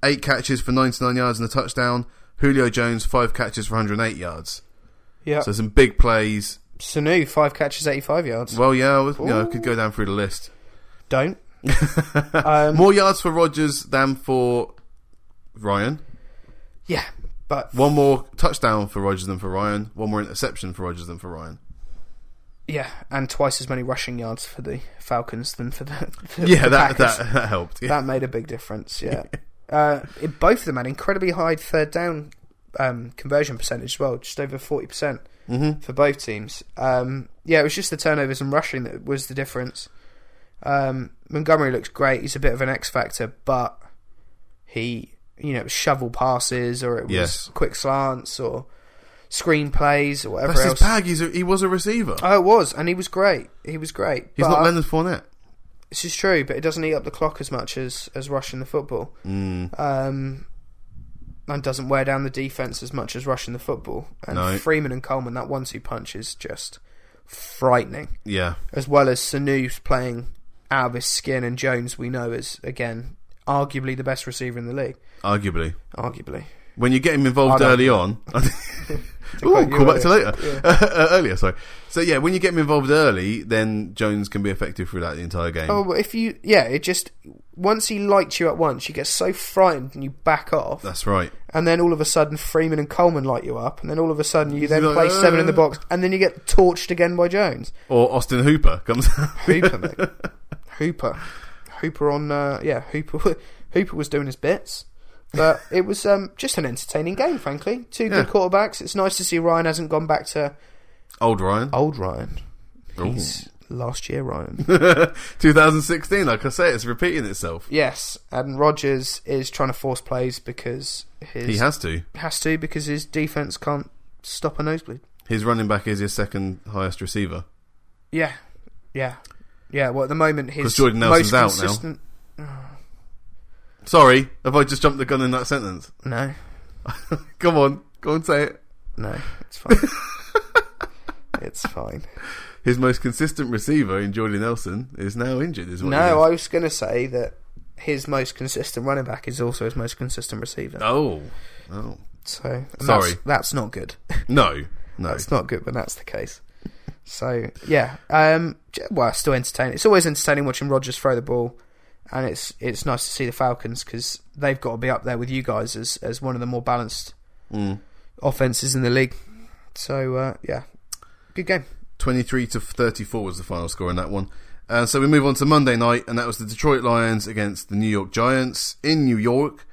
S1: eight catches for 99 yards and a touchdown. Julio Jones, five catches for 108 yards.
S2: Yep.
S1: So some big plays.
S2: Sanu five catches, eighty-five yards.
S1: Well, yeah, I was- you know, I could go down through the list.
S2: Don't. um,
S1: More yards for Rodgers than for Ryan.
S2: yeah, but
S1: One more touchdown for Rodgers than for Ryan. One more interception for Rodgers than for Ryan.
S2: yeah, and twice as many rushing yards for the Falcons than for the, the
S1: Yeah,
S2: the
S1: that,
S2: Packers.
S1: that that helped. Yeah.
S2: that made a big difference. Yeah, uh, it, both of them had incredibly high third down um, conversion percentage as well, just over forty percent
S1: Mm-hmm.
S2: for both teams. Um, yeah, it was just the turnovers and rushing that was the difference. Um, Montgomery looks great. He's a bit of an X factor, but he, you know, it was shovel passes or it was
S1: Yes.
S2: quick slants or screen plays or whatever
S1: That's his
S2: else.
S1: bag. He's a, he was a receiver.
S2: Oh, it was, and he was great. He was great.
S1: He's
S2: but uh,
S1: not Leonard Fournette.
S2: this is true, but it doesn't eat up the clock as much as as rushing the football, mm. um, and doesn't wear down the defense as much as rushing the football. And
S1: No.
S2: Freeman and Coleman, that one-two punch is just frightening.
S1: Yeah.
S2: As well as Sanu's playing out of his skin, and Jones, we know is again arguably the best receiver in the league.
S1: Arguably.
S2: Arguably,
S1: when you get him involved
S2: I don't-
S1: early on. Ooh,
S2: quote you
S1: call back to
S2: earlier.
S1: later. Uh, earlier, sorry. So yeah, when you get him involved early, then Jones can be effective throughout the entire game.
S2: oh, but if you yeah, it just once he lights you at once, you get so frightened and you back off.
S1: That's right.
S2: and then all of a sudden Freeman and Coleman light you up, and then all of a sudden you then
S1: like,
S2: play seven in the
S1: "Uh."
S2: box, and then you get torched again by Jones.
S1: Or Austin Hooper comes.
S2: Hooper, mate. Hooper, Hooper on uh, yeah, Hooper. Hooper was doing his bits, but it was um, just an entertaining game, frankly. Two good
S1: Yeah.
S2: quarterbacks. It's nice to see Ryan hasn't gone back to
S1: Old Ryan.
S2: old Ryan.
S1: Ooh.
S2: He's last year Ryan.
S1: 2016. Like I say, it's repeating itself.
S2: yes, and Rogers is trying to force plays because his
S1: He has to.
S2: has to because his defense can't stop a nosebleed.
S1: His running back is his second highest receiver.
S2: Yeah, yeah, yeah. Well, at the moment, his
S1: 'Cause Jordan Nelson's
S2: most
S1: out now.
S2: consistent.
S1: Sorry, have I just jumped the gun in that sentence?
S2: No,
S1: Come on, go on, say it.
S2: no, it's fine. it's fine.
S1: His most consistent receiver in Jordy Nelson is now injured. Is what it is.
S2: No, I was going to say that his most consistent running back is also his most consistent receiver.
S1: Oh, oh,
S2: So and that's-
S1: Sorry.
S2: that's, not good.
S1: no, no.
S2: That's not good when that's the case. So yeah, um, j- well, it's still entertaining. It's always entertaining watching Rogers throw the ball, and it's it's nice to see the Falcons because they've got to be up there with you guys as as one of the more balanced
S1: Mm.
S2: offenses in the league. So uh, yeah, good game.
S1: 23 to 34 was the final score in that one. Uh, so we move on to Monday night, and that was the Detroit Lions against the New York Giants in New York,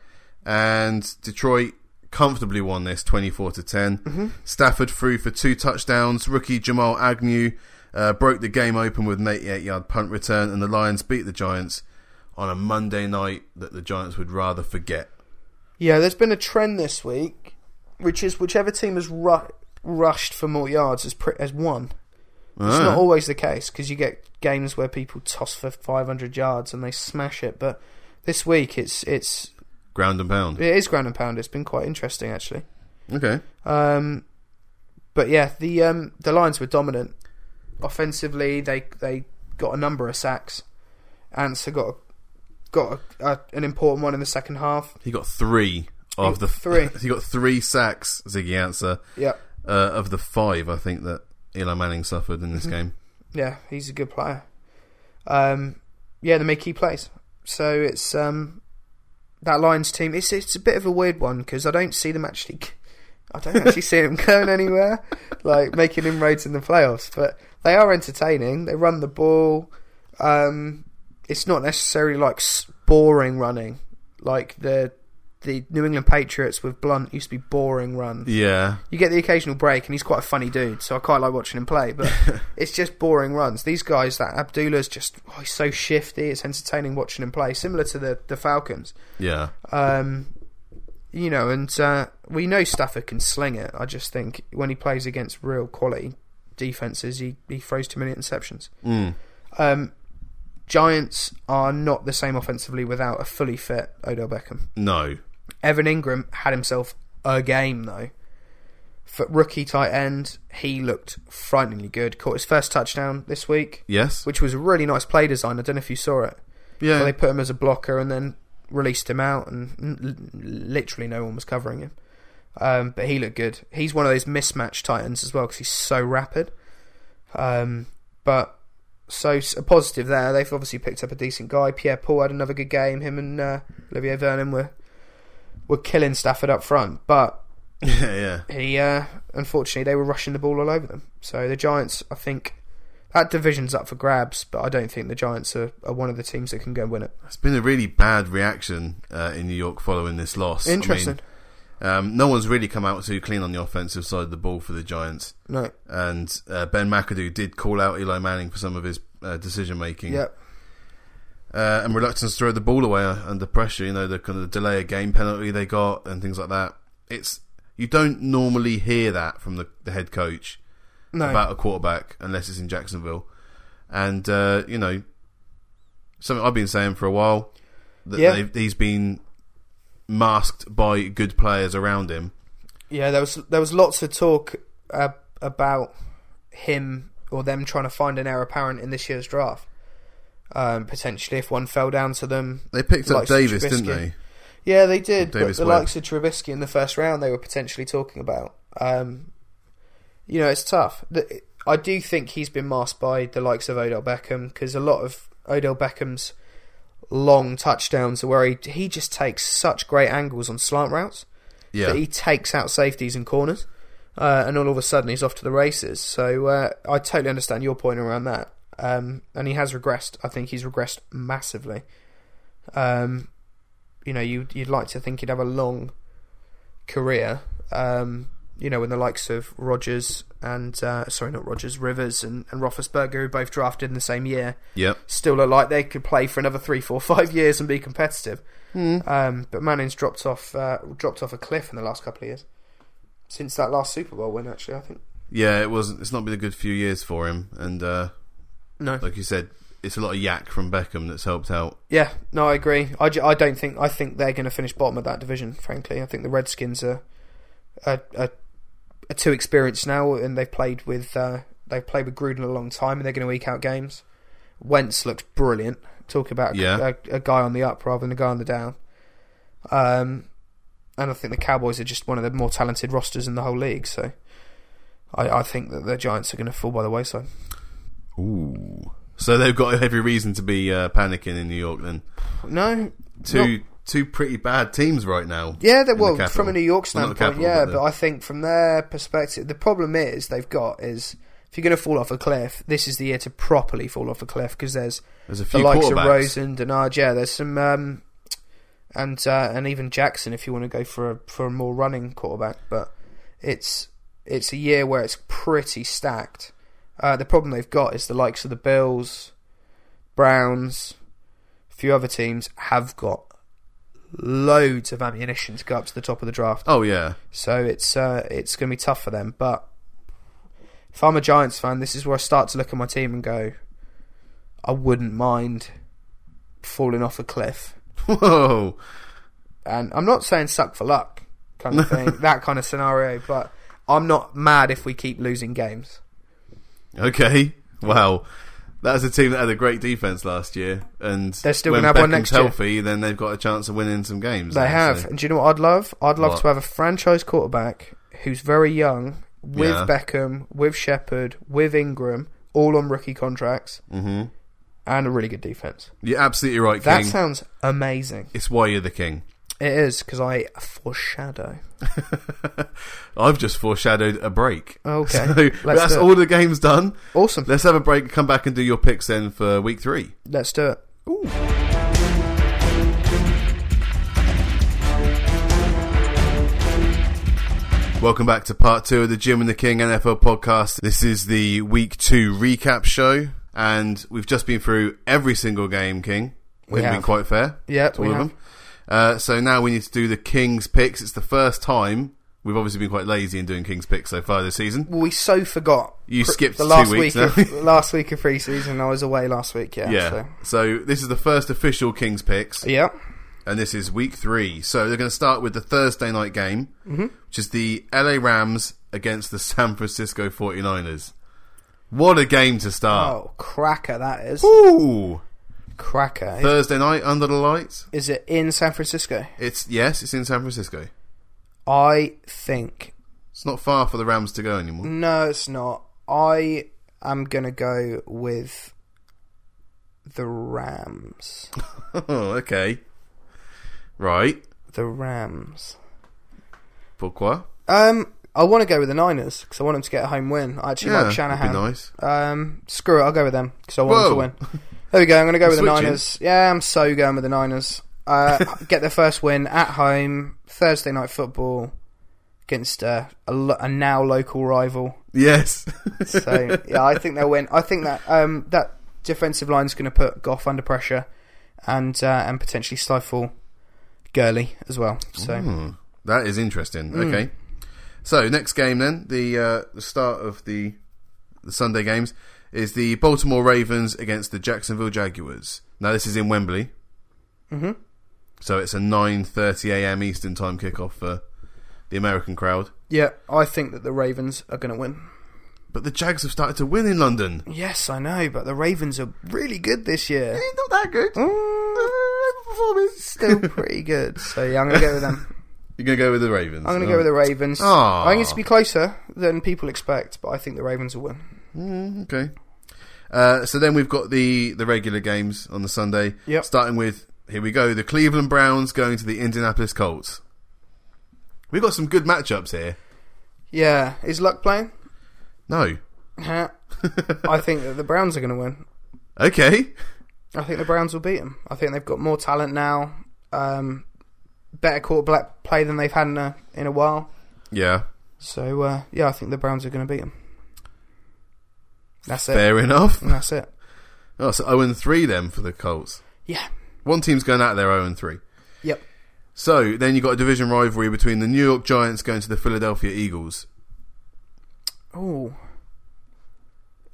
S1: and Detroit comfortably won this 24 to 10. Stafford threw for two touchdowns. Rookie Jamal Agnew uh, broke the game open with an 88 yard punt return, and the Lions beat the Giants on a Monday night that the Giants would rather forget.
S2: Yeah, there's been a trend this week, which is whichever team has ru- rushed for more yards has, pr- has won. It's
S1: Ah.
S2: not always the case because you get games where people toss for 500 yards and they smash it. But this week, it's it's
S1: Ground and pound.
S2: it is ground and pound. It's been quite interesting actually.
S1: Okay.
S2: Um, but yeah, the um, the Lions were dominant offensively. They they got a number of sacks. Ansa got a, got a, a, an important one in the second half.
S1: He got three of the
S2: Three.
S1: he got three sacks. Ziggy answer.
S2: Yep.
S1: uh, of the five, I think that Eli Manning suffered
S2: Mm-hmm.
S1: in this game.
S2: Yeah, he's a good player. Um, yeah, they make key plays. So it's um, that Lions team. It's it's a bit of a weird one because I don't see them actually. I don't actually see them going anywhere, like making inroads in the playoffs. But they are entertaining. They run the ball. Um, it's not necessarily like s- boring running, like the the New England Patriots with Blunt used to be boring runs
S1: Yeah,
S2: you get the occasional break, and he's quite a funny dude, so I quite like watching him play. But it's just boring runs. These guys, that Abdullah's just oh, he's so shifty. It's entertaining watching him play, similar to the the Falcons.
S1: yeah,
S2: Um, you know, and uh, we know Stafford can sling it. I just think when he plays against real quality defenses, he he throws too many interceptions.
S1: mm.
S2: Um, Giants are not the same offensively without a fully fit Odell Beckham.
S1: no,
S2: Evan Ingram had himself a game though. For rookie tight end, he looked frighteningly good. Caught his first touchdown this week,
S1: yes,
S2: which was a really nice play design. I don't know if you saw it. Where
S1: yeah,
S2: they put him as a blocker and then released him out, and n- l- literally no one was covering him. Um, but he looked good. He's one of those mismatched tight ends as well because he's so rapid. Um, but so s- a positive there. They've obviously picked up a decent guy. Pierre Paul had another good game. Him and uh, Olivier Vernon were were killing Stafford up front, but
S1: yeah, yeah.
S2: he uh, unfortunately they were rushing the ball all over them. So the Giants, I think that division's up for grabs, but I don't think the Giants are, are one of the teams that can go and win it.
S1: It's been a really bad reaction uh, in New York following this loss. I mean,
S2: Interesting.
S1: um, no one's really come out too clean on the offensive side of the ball for the Giants,
S2: no.
S1: and uh, Ben McAdoo did call out Eli Manning for some of his uh, decision making.
S2: Yeah.
S1: uh, and reluctance to throw the ball away uh, under pressure. You know, the kind of delay of game penalty they got and things like that. It's you don't normally hear that from the, the head coach
S2: No.
S1: about a quarterback unless it's in Jacksonville, and uh, you know, something I've been saying for a while that
S2: Yeah.
S1: they've- he's been masked by good players around him.
S2: Yeah, there was there was lots of talk uh, about him or them trying to find an heir apparent in this year's draft. Um, potentially, if one fell down to them,
S1: They picked up
S2: Likes of
S1: Davis, didn't
S2: Trubisky.
S1: they?
S2: Yeah, they did.
S1: Davis
S2: but the
S1: Webb.
S2: likes of Trubisky in the first round, they were potentially talking about. Um, you know, it's tough. The, I do think he's been masked by the likes of Odell Beckham because a lot of Odell Beckham's long touchdowns are where he he just takes such great angles on slant routes
S1: Yeah,
S2: that he takes out safeties and corners, uh, and all of a sudden he's off to the races. So uh, I totally understand your point around that. Um, and he has regressed. I think he's regressed massively. Um, you know, you, you'd like to think he'd have a long career. Um, you know, when the likes of Rogers and uh, sorry, not Rogers, Rivers and, and Roethlisberger, who both drafted in the same year,
S1: yep.
S2: still look like they could play for another three, four, five years and be competitive. Um, but Manning's dropped off uh, dropped off a cliff in the last couple of years since that last Super Bowl win. Actually, I think
S1: Yeah, it wasn't. It's not been a good few years for him, and uh,
S2: no.
S1: like you said, it's a lot of yak from Beckham that's helped out.
S2: Yeah, no, I agree. I, ju- I don't think I think they're going to finish bottom of that division. Frankly, I think the Redskins are are, are, are too experienced now, and they've played with uh, they've played with Gruden a long time, and they're going to eke out games. Wentz looks brilliant. talking about a-
S1: Yeah.
S2: a, a guy on the up rather than a guy on the down. Um, and I think the Cowboys are just one of the more talented rosters in the whole league. So I, I think that the Giants are going to fall by the wayside.
S1: Ooh. So they've got every reason to be uh, panicking in New York then.
S2: No,
S1: Two two pretty bad teams right now.
S2: Yeah, they,
S1: in the
S2: well,
S1: capital.
S2: from a New York
S1: Well, not
S2: standpoint,
S1: the capital,
S2: yeah.
S1: but
S2: But,
S1: the-
S2: I think from their perspective, the problem is they've got is if you're going to fall off a cliff, this is the year to properly fall off a cliff because there's
S1: There's a
S2: the
S1: few
S2: likes of
S1: quarterbacks.
S2: Rosen, Denard, yeah, there's some, um, and uh, and even Jackson if you want to go for a, for a more running quarterback, but it's it's a year where it's pretty stacked. Uh, the problem they've got is the likes of the Bills, Browns, a few other teams have got loads of ammunition to go up to the top of the draft.
S1: Oh yeah.
S2: So it's uh, it's going to be tough for them. But if I'm a Giants fan, this is where I start to look at my team and go, I wouldn't mind falling off a cliff.
S1: Whoa.
S2: And I'm not saying suck for luck kind of thing, that kind of scenario. But I'm not mad if we keep losing games.
S1: Okay. Wow. That's a team that had a great defense last year, and
S2: They're still
S1: when
S2: gonna have one
S1: Beckham's
S2: next year.
S1: healthy, then they've got a chance of winning some games.
S2: They
S1: now,
S2: have.
S1: so-
S2: And do you know what I'd love? I'd love
S1: What?
S2: to have a franchise quarterback who's very young, with
S1: Yeah.
S2: Beckham, with Shepard, with Ingram, all on rookie contracts,
S1: Mhm.
S2: and a really good defense.
S1: You're absolutely right,
S2: That
S1: King.
S2: sounds amazing.
S1: it's why you're the king.
S2: It is because I foreshadow.
S1: I've just foreshadowed a break.
S2: Okay,
S1: So
S2: let's
S1: that's
S2: do it.
S1: all the games done.
S2: Awesome.
S1: Let's have a break. Come back and do your picks then for week three.
S2: Let's do it.
S1: Welcome back to part two of the Jim and the King NFL podcast. This is the week two recap show, and we've just been through every single game, King. We,
S2: We
S1: haven't been
S2: have.
S1: quite fair.
S2: Yeah,
S1: to
S2: we
S1: all of
S2: have.
S1: them. Uh, so now we need to do the King's picks. It's the first time we've obviously been quite lazy in doing King's picks so far this season.
S2: Well, we so forgot.
S1: You
S2: pr-
S1: skipped
S2: the
S1: two
S2: last
S1: weeks
S2: week.
S1: now.
S2: Of, last week of preseason, I was away last week. Yeah.
S1: Yeah.
S2: So.
S1: So this is the first official King's picks.
S2: Yeah.
S1: and this is week three. So they're going to start with the Thursday night game,
S2: Mm-hmm.
S1: which is the LA Rams against the San Francisco 49ers. What a game to start!
S2: Oh, cracker! That is
S1: Ah. Ooh,
S2: cracker. Is-
S1: Thursday night under the lights.
S2: Is it in San Francisco?
S1: It's yes, it's in San Francisco.
S2: I think
S1: It's not far for the Rams to go anymore.
S2: no, it's not. I am gonna go with the Rams.
S1: oh, okay, right.
S2: The Rams.
S1: Pourquoi?
S2: Um, I want to go with the Niners because I want them to get a home win. I actually
S1: Yeah,
S2: like
S1: would
S2: Shanahan.
S1: be nice.
S2: Um, screw it, I'll go with them because I want
S1: Whoa.
S2: them to win. There we go. I'm going to go with the
S1: Switching.
S2: Niners. Yeah, I'm so going with the Niners. Uh, get their first win at home Thursday night football against uh, a, lo- a now local rival.
S1: Yes.
S2: So yeah, I think they'll win. I think that um, that defensive line's going to put Goff under pressure and uh, and potentially stifle Gurley as well. So
S1: Hmm, that is interesting.
S2: Hmm.
S1: Okay. So next game then, the uh, the start of the the Sunday games is the Baltimore Ravens against the Jacksonville Jaguars. Now this is in Wembley. Mm-hmm. So it's a 9:30 a.m. Eastern time kickoff for the American crowd.
S2: yeah, I think that the Ravens are going to win.
S1: But the Jags have started to win in London.
S2: Yes, I know, but the Ravens are really good this year.
S1: Eh, Not that good. Mm,
S2: still pretty good. So yeah, I'm gonna go with them.
S1: You're gonna go with the Ravens.
S2: I'm gonna go with the Ravens.
S1: Aw.
S2: I think it's to be closer than people expect, but I think the Ravens will win.
S1: Mm, okay. Uh, so then we've got the the regular games on the Sunday.
S2: Yep.
S1: Starting with here we go the Cleveland Browns going to the Indianapolis Colts. We've got some good matchups here.
S2: Yeah, is Luck playing?
S1: No.
S2: Huh. I think that the Browns are gonna win.
S1: Okay.
S2: I think the Browns will beat them. I think they've got more talent now, um, better quarterback play than they've had in a in a while.
S1: Yeah.
S2: So uh, yeah, I think the Browns are gonna beat them. That's it.
S1: Fair enough.
S2: And that's it.
S1: Oh, so 0 and 3 then for the Colts.
S2: Yeah.
S1: One team's going out there 0 and 3.
S2: Yep.
S1: So then you've got a division rivalry between the New York Giants going to the Philadelphia Eagles.
S2: Oh.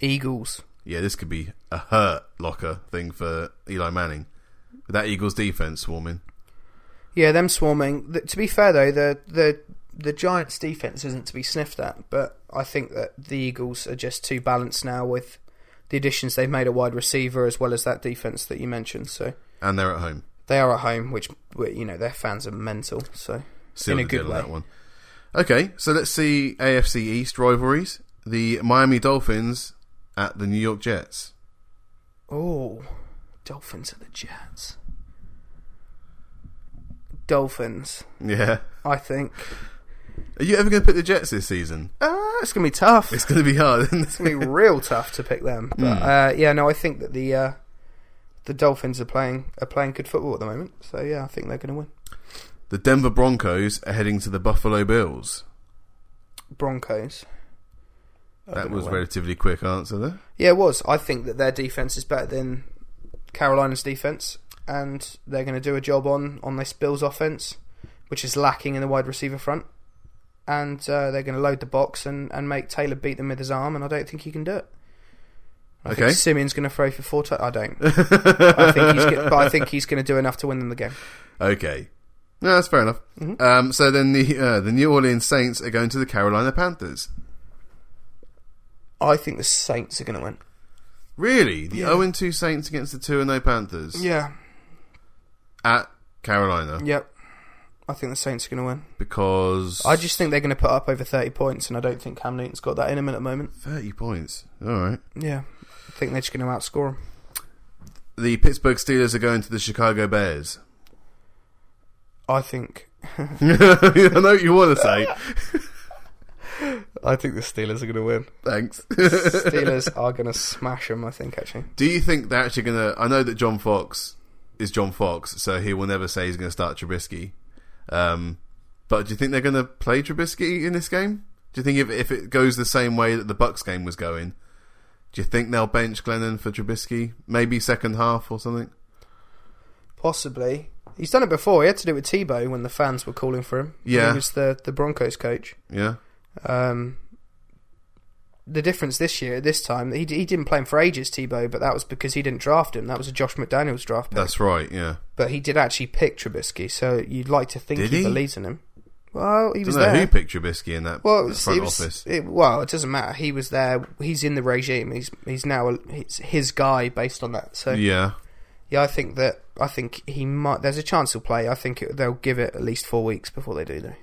S2: Eagles.
S1: Yeah, this could be a hurt locker thing for Eli Manning. With that Eagles defense swarming.
S2: Yeah, them swarming. Th to be fair though, the the the Giants' defense isn't to be sniffed at, but I think that the Eagles are just too balanced now with the additions they've made at wide receiver as well as that defense that you mentioned. So
S1: and they're at home.
S2: they are at home, which you know their fans are mental. So
S1: Seal
S2: in
S1: the
S2: a good
S1: deal on
S2: way.
S1: That one. Okay, so let's see AFC East rivalries. The Miami Dolphins at the New York Jets.
S2: Oh, Dolphins are the Jets. Dolphins,
S1: Yeah.
S2: I think.
S1: Are you ever going to pick the Jets this season?
S2: Ah, it's gonna be tough.
S1: It's going to be hard. Isn't it?
S2: It's gonna be real tough to pick them.
S1: Hmm.
S2: But uh, yeah, no, I think that the uh, the Dolphins are playing are playing good football at the moment. So yeah, I think they're gonna win.
S1: The Denver Broncos are heading to the Buffalo Bills.
S2: Broncos. are
S1: That
S2: gonna
S1: was
S2: win.
S1: relatively quick answer there.
S2: Yeah, it was. I think that their defense is better than Carolina's defense, and they're going to do a job on on this Bills offense, which is lacking in the wide receiver front. And uh, they're going to load the box and, and make Taylor beat them with his arm, and I don't think he can do it. I
S1: Okay.
S2: think Simeon's going to throw for four. tou- I don't. I think he's go- but I think he's going to do enough to win them the game.
S1: Okay. No, that's fair enough.
S2: Mm-hmm.
S1: Um, so then the uh, the New Orleans Saints are going to the Carolina Panthers.
S2: I think the Saints are going to win.
S1: Really? The
S2: Yeah.
S1: 0 2 Saints against the 2 0 Panthers
S2: Yeah.
S1: at Carolina
S2: Yep. I think the Saints are going to win.
S1: because
S2: I just think they're going to put up over thirty points, and I don't think Cam Newton's got that in him at the moment.
S1: 30 points. All right.
S2: Yeah, I think they're just going to outscore them.
S1: The Pittsburgh Steelers are going to the Chicago Bears.
S2: I think.
S1: I know what you want to say.
S2: I think the Steelers are going to win.
S1: Thanks.
S2: Steelers are going to smash them. I think actually.
S1: Do you think they're actually going to? I know that John Fox is John Fox, so he will never say he's going to start Trubisky. Um, but do you think they're going to play Trubisky in this game? Do you think if if it goes the same way that the Bucks game was going, do you think they'll bench Glennon for Trubisky? Maybe second half or something.
S2: Possibly. He's done it before. He had to do it with Tebow when the fans were calling for him. When
S1: Yeah.
S2: He was the the Broncos coach.
S1: Yeah.
S2: Um. The difference this year, this time, he he didn't play him for ages, Tebow, but that was because he didn't draft him. That was a Josh McDaniels draft pick.
S1: That's right, yeah.
S2: but he did actually pick Trubisky, so you'd like to think
S1: Did
S2: he,
S1: he?
S2: believes in him. Well, he was
S1: Don't know
S2: there.
S1: who picked Trubisky in that
S2: Well, it was,
S1: front
S2: it was-
S1: office.
S2: it- well, it doesn't matter. He was there. He's in the regime. He's he's now a, it's his guy based on that. So yeah.
S1: Yeah.
S2: I think that I think he might. There's a chance he'll play. I think it, they'll give it at least four weeks before they do though.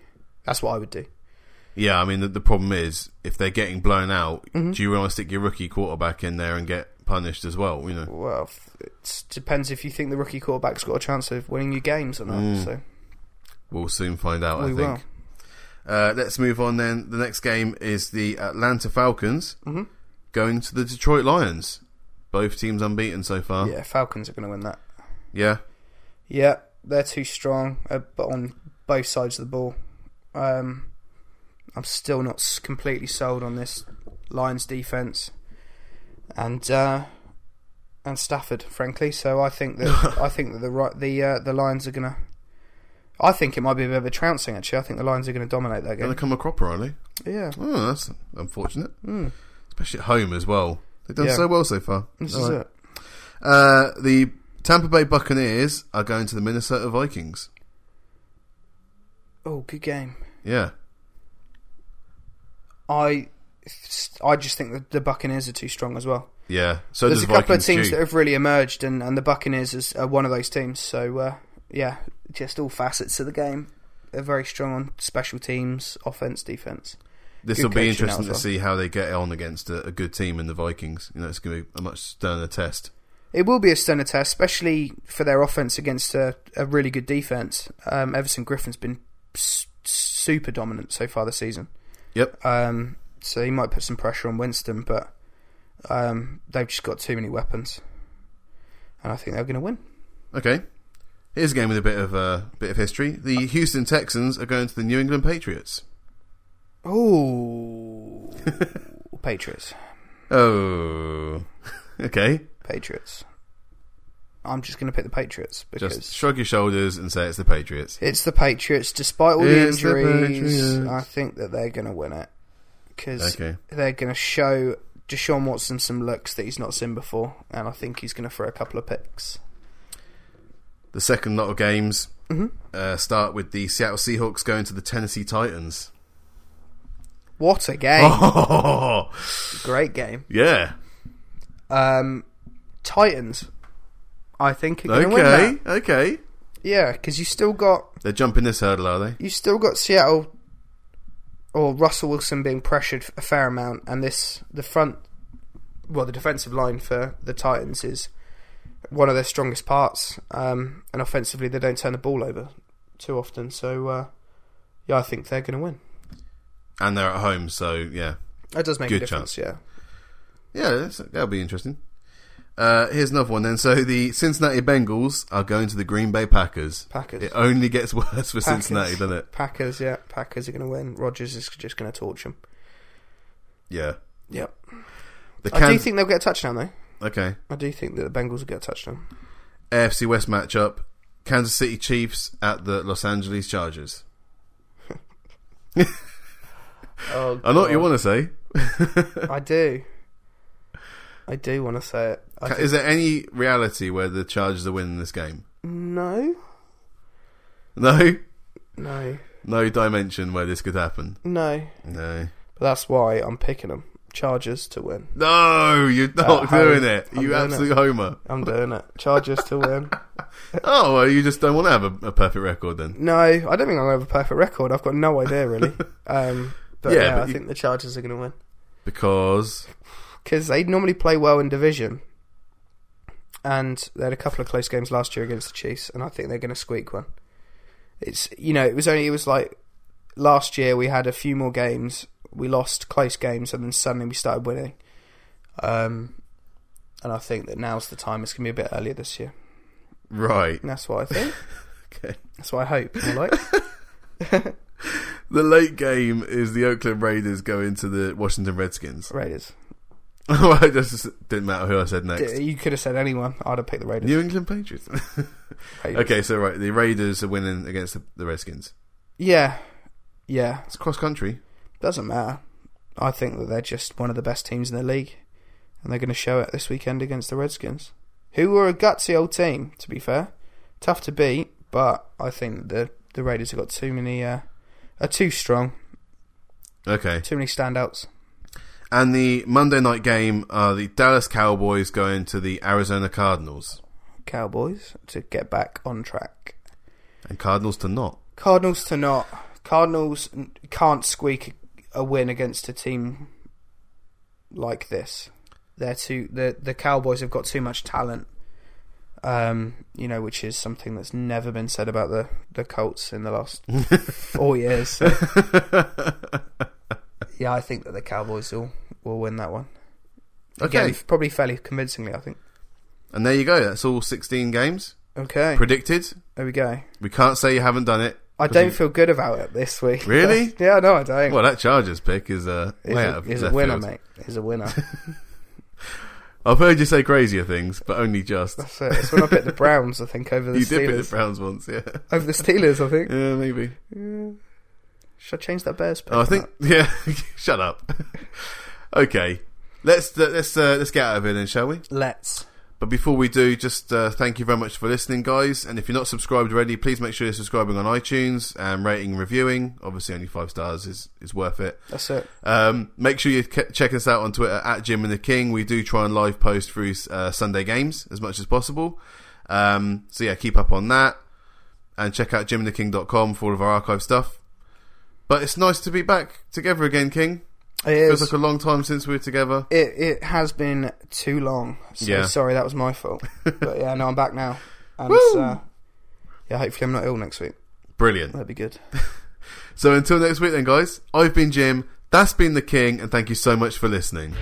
S2: That's what I would do.
S1: Yeah, I mean the, the problem is if they're getting blown out,
S2: Mm-hmm.
S1: do you want to stick your rookie quarterback in there and get punished as well, you know?
S2: Well, f- it depends if you think the rookie quarterback's got a chance of winning you games or not. So
S1: We'll soon find out,
S2: we
S1: Mm, I
S2: will.
S1: think. Uh, let's move on then. The next game is the Atlanta Falcons
S2: Mm-hmm.
S1: going to the Detroit Lions. Both teams unbeaten so far.
S2: Yeah, Falcons are going to win that.
S1: Yeah.
S2: Yeah, they're too strong uh, but on both sides of the ball. Um, I'm still not s- completely sold on this Lions defense and uh, and Stafford, frankly. So I think that I think that the right the uh, the Lions are gonna. I think it might be a bit of a trouncing. Actually, I think the Lions are going to dominate that
S1: Going
S2: game.
S1: to come a cropper, are they?
S2: Yeah,
S1: Oh, that's unfortunate. Especially at home as well. They've done
S2: Hmm. Yeah.
S1: so well so far.
S2: this
S1: All
S2: is
S1: right.
S2: it.
S1: Uh, the Tampa Bay Buccaneers are going to the Minnesota Vikings.
S2: Oh, good game.
S1: Yeah.
S2: I I just think that the Buccaneers are too strong as well.
S1: Yeah. So
S2: There's
S1: does
S2: a couple
S1: Vikings
S2: of teams
S1: too.
S2: that have really emerged, and, and the Buccaneers is, are one of those teams. So, uh, yeah, just all facets of the game. They're very strong on special teams, offense, defense.
S1: This
S2: good
S1: will be
S2: coaching
S1: interesting
S2: as
S1: to
S2: well.
S1: see how they get on against a, a good team in the Vikings. You know, it's going to be a much sterner test.
S2: It will be a stunner test, especially for their offense against a, a really good defense. Um, Everson Griffin's been s- super dominant so far this season.
S1: Yep.
S2: Um, so he might put some pressure on Winston, but um, they've just got too many weapons. And I think they're going to win.
S1: Okay. Here's a game with a bit of uh, bit of history. The Houston Texans are going to the New England Patriots.
S2: Oh, Patriots.
S1: Oh, okay.
S2: Patriots. I'm just going to pick the Patriots because
S1: Just shrug your shoulders and say it's the Patriots.
S2: it's the Patriots. Despite all the
S1: It's the
S2: injuries,
S1: Patriots.
S2: I think that they're going to win it because
S1: Okay.
S2: they're going to show Deshaun Watson some looks that he's not seen before, and I think he's going to throw a couple of picks.
S1: The second lot of games
S2: Mm-hmm.
S1: uh, start with the Seattle Seahawks going to the Tennessee Titans.
S2: What a game!
S1: Oh,
S2: Great game.
S1: yeah.
S2: Um, Titans, I think are going to win that.
S1: Okay, okay.
S2: Yeah, because you still got
S1: They're jumping this hurdle, are they?
S2: you still got Seattle or Russell Wilson being pressured a fair amount, and this the front, well, the defensive line for the Titans is one of their strongest parts, um, and offensively they don't turn the ball over too often. So uh, yeah, I think they're going to win.
S1: And they're at home, so yeah.
S2: That does make
S1: Good
S2: a difference. Yeah,
S1: Yeah, that's, that'll be interesting. Uh, here's another one then. So the Cincinnati Bengals are going to the Green Bay Packers.
S2: Packers.
S1: It only gets worse for
S2: Packers.
S1: Cincinnati, doesn't it?
S2: Packers, yeah, Packers are going to win. Rogers is just going to torch them.
S1: Yeah.
S2: Yep.
S1: The
S2: I do
S1: Kan-
S2: think they'll get a touchdown though.
S1: okay.
S2: I do think that the Bengals will get a touchdown.
S1: AFC West matchup: Kansas City Chiefs at the Los Angeles Chargers.
S2: Oh,
S1: I know what you want to say.
S2: I do. I do want to say it. I
S1: Ca- Is there any reality where the Chargers are winning this game?
S2: No,
S1: No,
S2: no,
S1: no dimension where this could happen.
S2: no.
S1: No,
S2: But that's why I'm picking them. Chargers to win.
S1: no, you're
S2: At
S1: not
S2: home.
S1: doing it.
S2: I'm
S1: you
S2: doing
S1: absolute homer.
S2: I'm doing it. Chargers to win.
S1: Oh, well, you just don't want to have a, a perfect record then.
S2: No, I don't think I'm gonna have a perfect record. I've got no idea really. Um, but
S1: Yeah,
S2: yeah,
S1: but
S2: I
S1: you-
S2: think the Chargers are gonna win
S1: Because
S2: because they normally play well in division. And they had a couple of close games last year against the Chiefs, and I think they're going to squeak one. It's you know it was only it was like last year we had a few more games, we lost close games, and then suddenly we started winning. Um, and I think that now's the time. It's going to be a bit earlier this year.
S1: right,
S2: And that's what I think.
S1: okay,
S2: That's what I hope. more like.
S1: the late game is the Oakland Raiders going to the Washington Redskins.
S2: Raiders.
S1: Well, it just didn't matter who I said next.
S2: D- You could have said anyone. I'd have picked the Raiders.
S1: New England Patriots.
S2: Raiders.
S1: okay, so right, the Raiders are winning against the, the Redskins.
S2: Yeah. Yeah.
S1: It's cross country.
S2: Doesn't matter. I think that they're just one of the best teams in the league. And they're going to show it this weekend against the Redskins, who were a gutsy old team, to be fair. Tough to beat, but I think the, the Raiders have got too many, uh, are too strong,
S1: Okay,
S2: too many standouts.
S1: and the Monday night game are the Dallas Cowboys going to the Arizona Cardinals,
S2: Cowboys to get back on track.
S1: and Cardinals to not.
S2: Cardinals to not. Cardinals n- can't squeak a win against a team like this. They're too the the Cowboys have got too much talent. Um, you know, which is something that's never been said about the the Colts in the last four years. So, yeah, I think that the Cowboys will will win that one. Again,
S1: Okay,
S2: probably fairly convincingly. I think.
S1: and there you go. That's all sixteen games
S2: Okay,
S1: predicted.
S2: there we go.
S1: We can't say you haven't done it.
S2: I
S1: 'cause
S2: don't
S1: you-
S2: feel good about it this week.
S1: Really?
S2: yeah, no, I don't.
S1: Well, that Chargers pick is uh,
S2: He's
S1: way
S2: a,
S1: out of
S2: he's a
S1: left
S2: winner,
S1: field.
S2: mate. He's a winner.
S1: I've heard you say crazier things, but only just.
S2: That's it. It's when I picked the Browns, I think, over the
S1: You did pick the
S2: Steelers.
S1: Browns once, yeah.
S2: over the Steelers, I think.
S1: Yeah, maybe.
S2: Should I change that Bears pick?
S1: Oh, I think. Yeah, shut up. okay, let's let's uh, let's get out of here then, shall we?
S2: Let's.
S1: But before we do, just uh, thank you very much for listening, guys. And if you're not subscribed already, please make sure you're subscribing on iTunes and rating and reviewing. Obviously, only five stars is, is worth it.
S2: That's it.
S1: Um, make sure you ke- check us out on Twitter at Jim and the King. We do try and live post through uh, Sunday games as much as possible. Um, so, yeah, keep up on that. And check out jimandtheking.com for all of our archive stuff. But it's nice to be back together again, King.
S2: It
S1: Feels
S2: is.
S1: like a long time since we were together.
S2: it, it has been too long. So
S1: Yeah.
S2: sorry, that was my fault. but yeah, no, I'm back now. And it's,
S1: Woo!
S2: uh, yeah, hopefully I'm not ill next week.
S1: Brilliant.
S2: That'd be good.
S1: So until next week, then, guys, I've been Jim, that's been the King, and thank you so much for listening.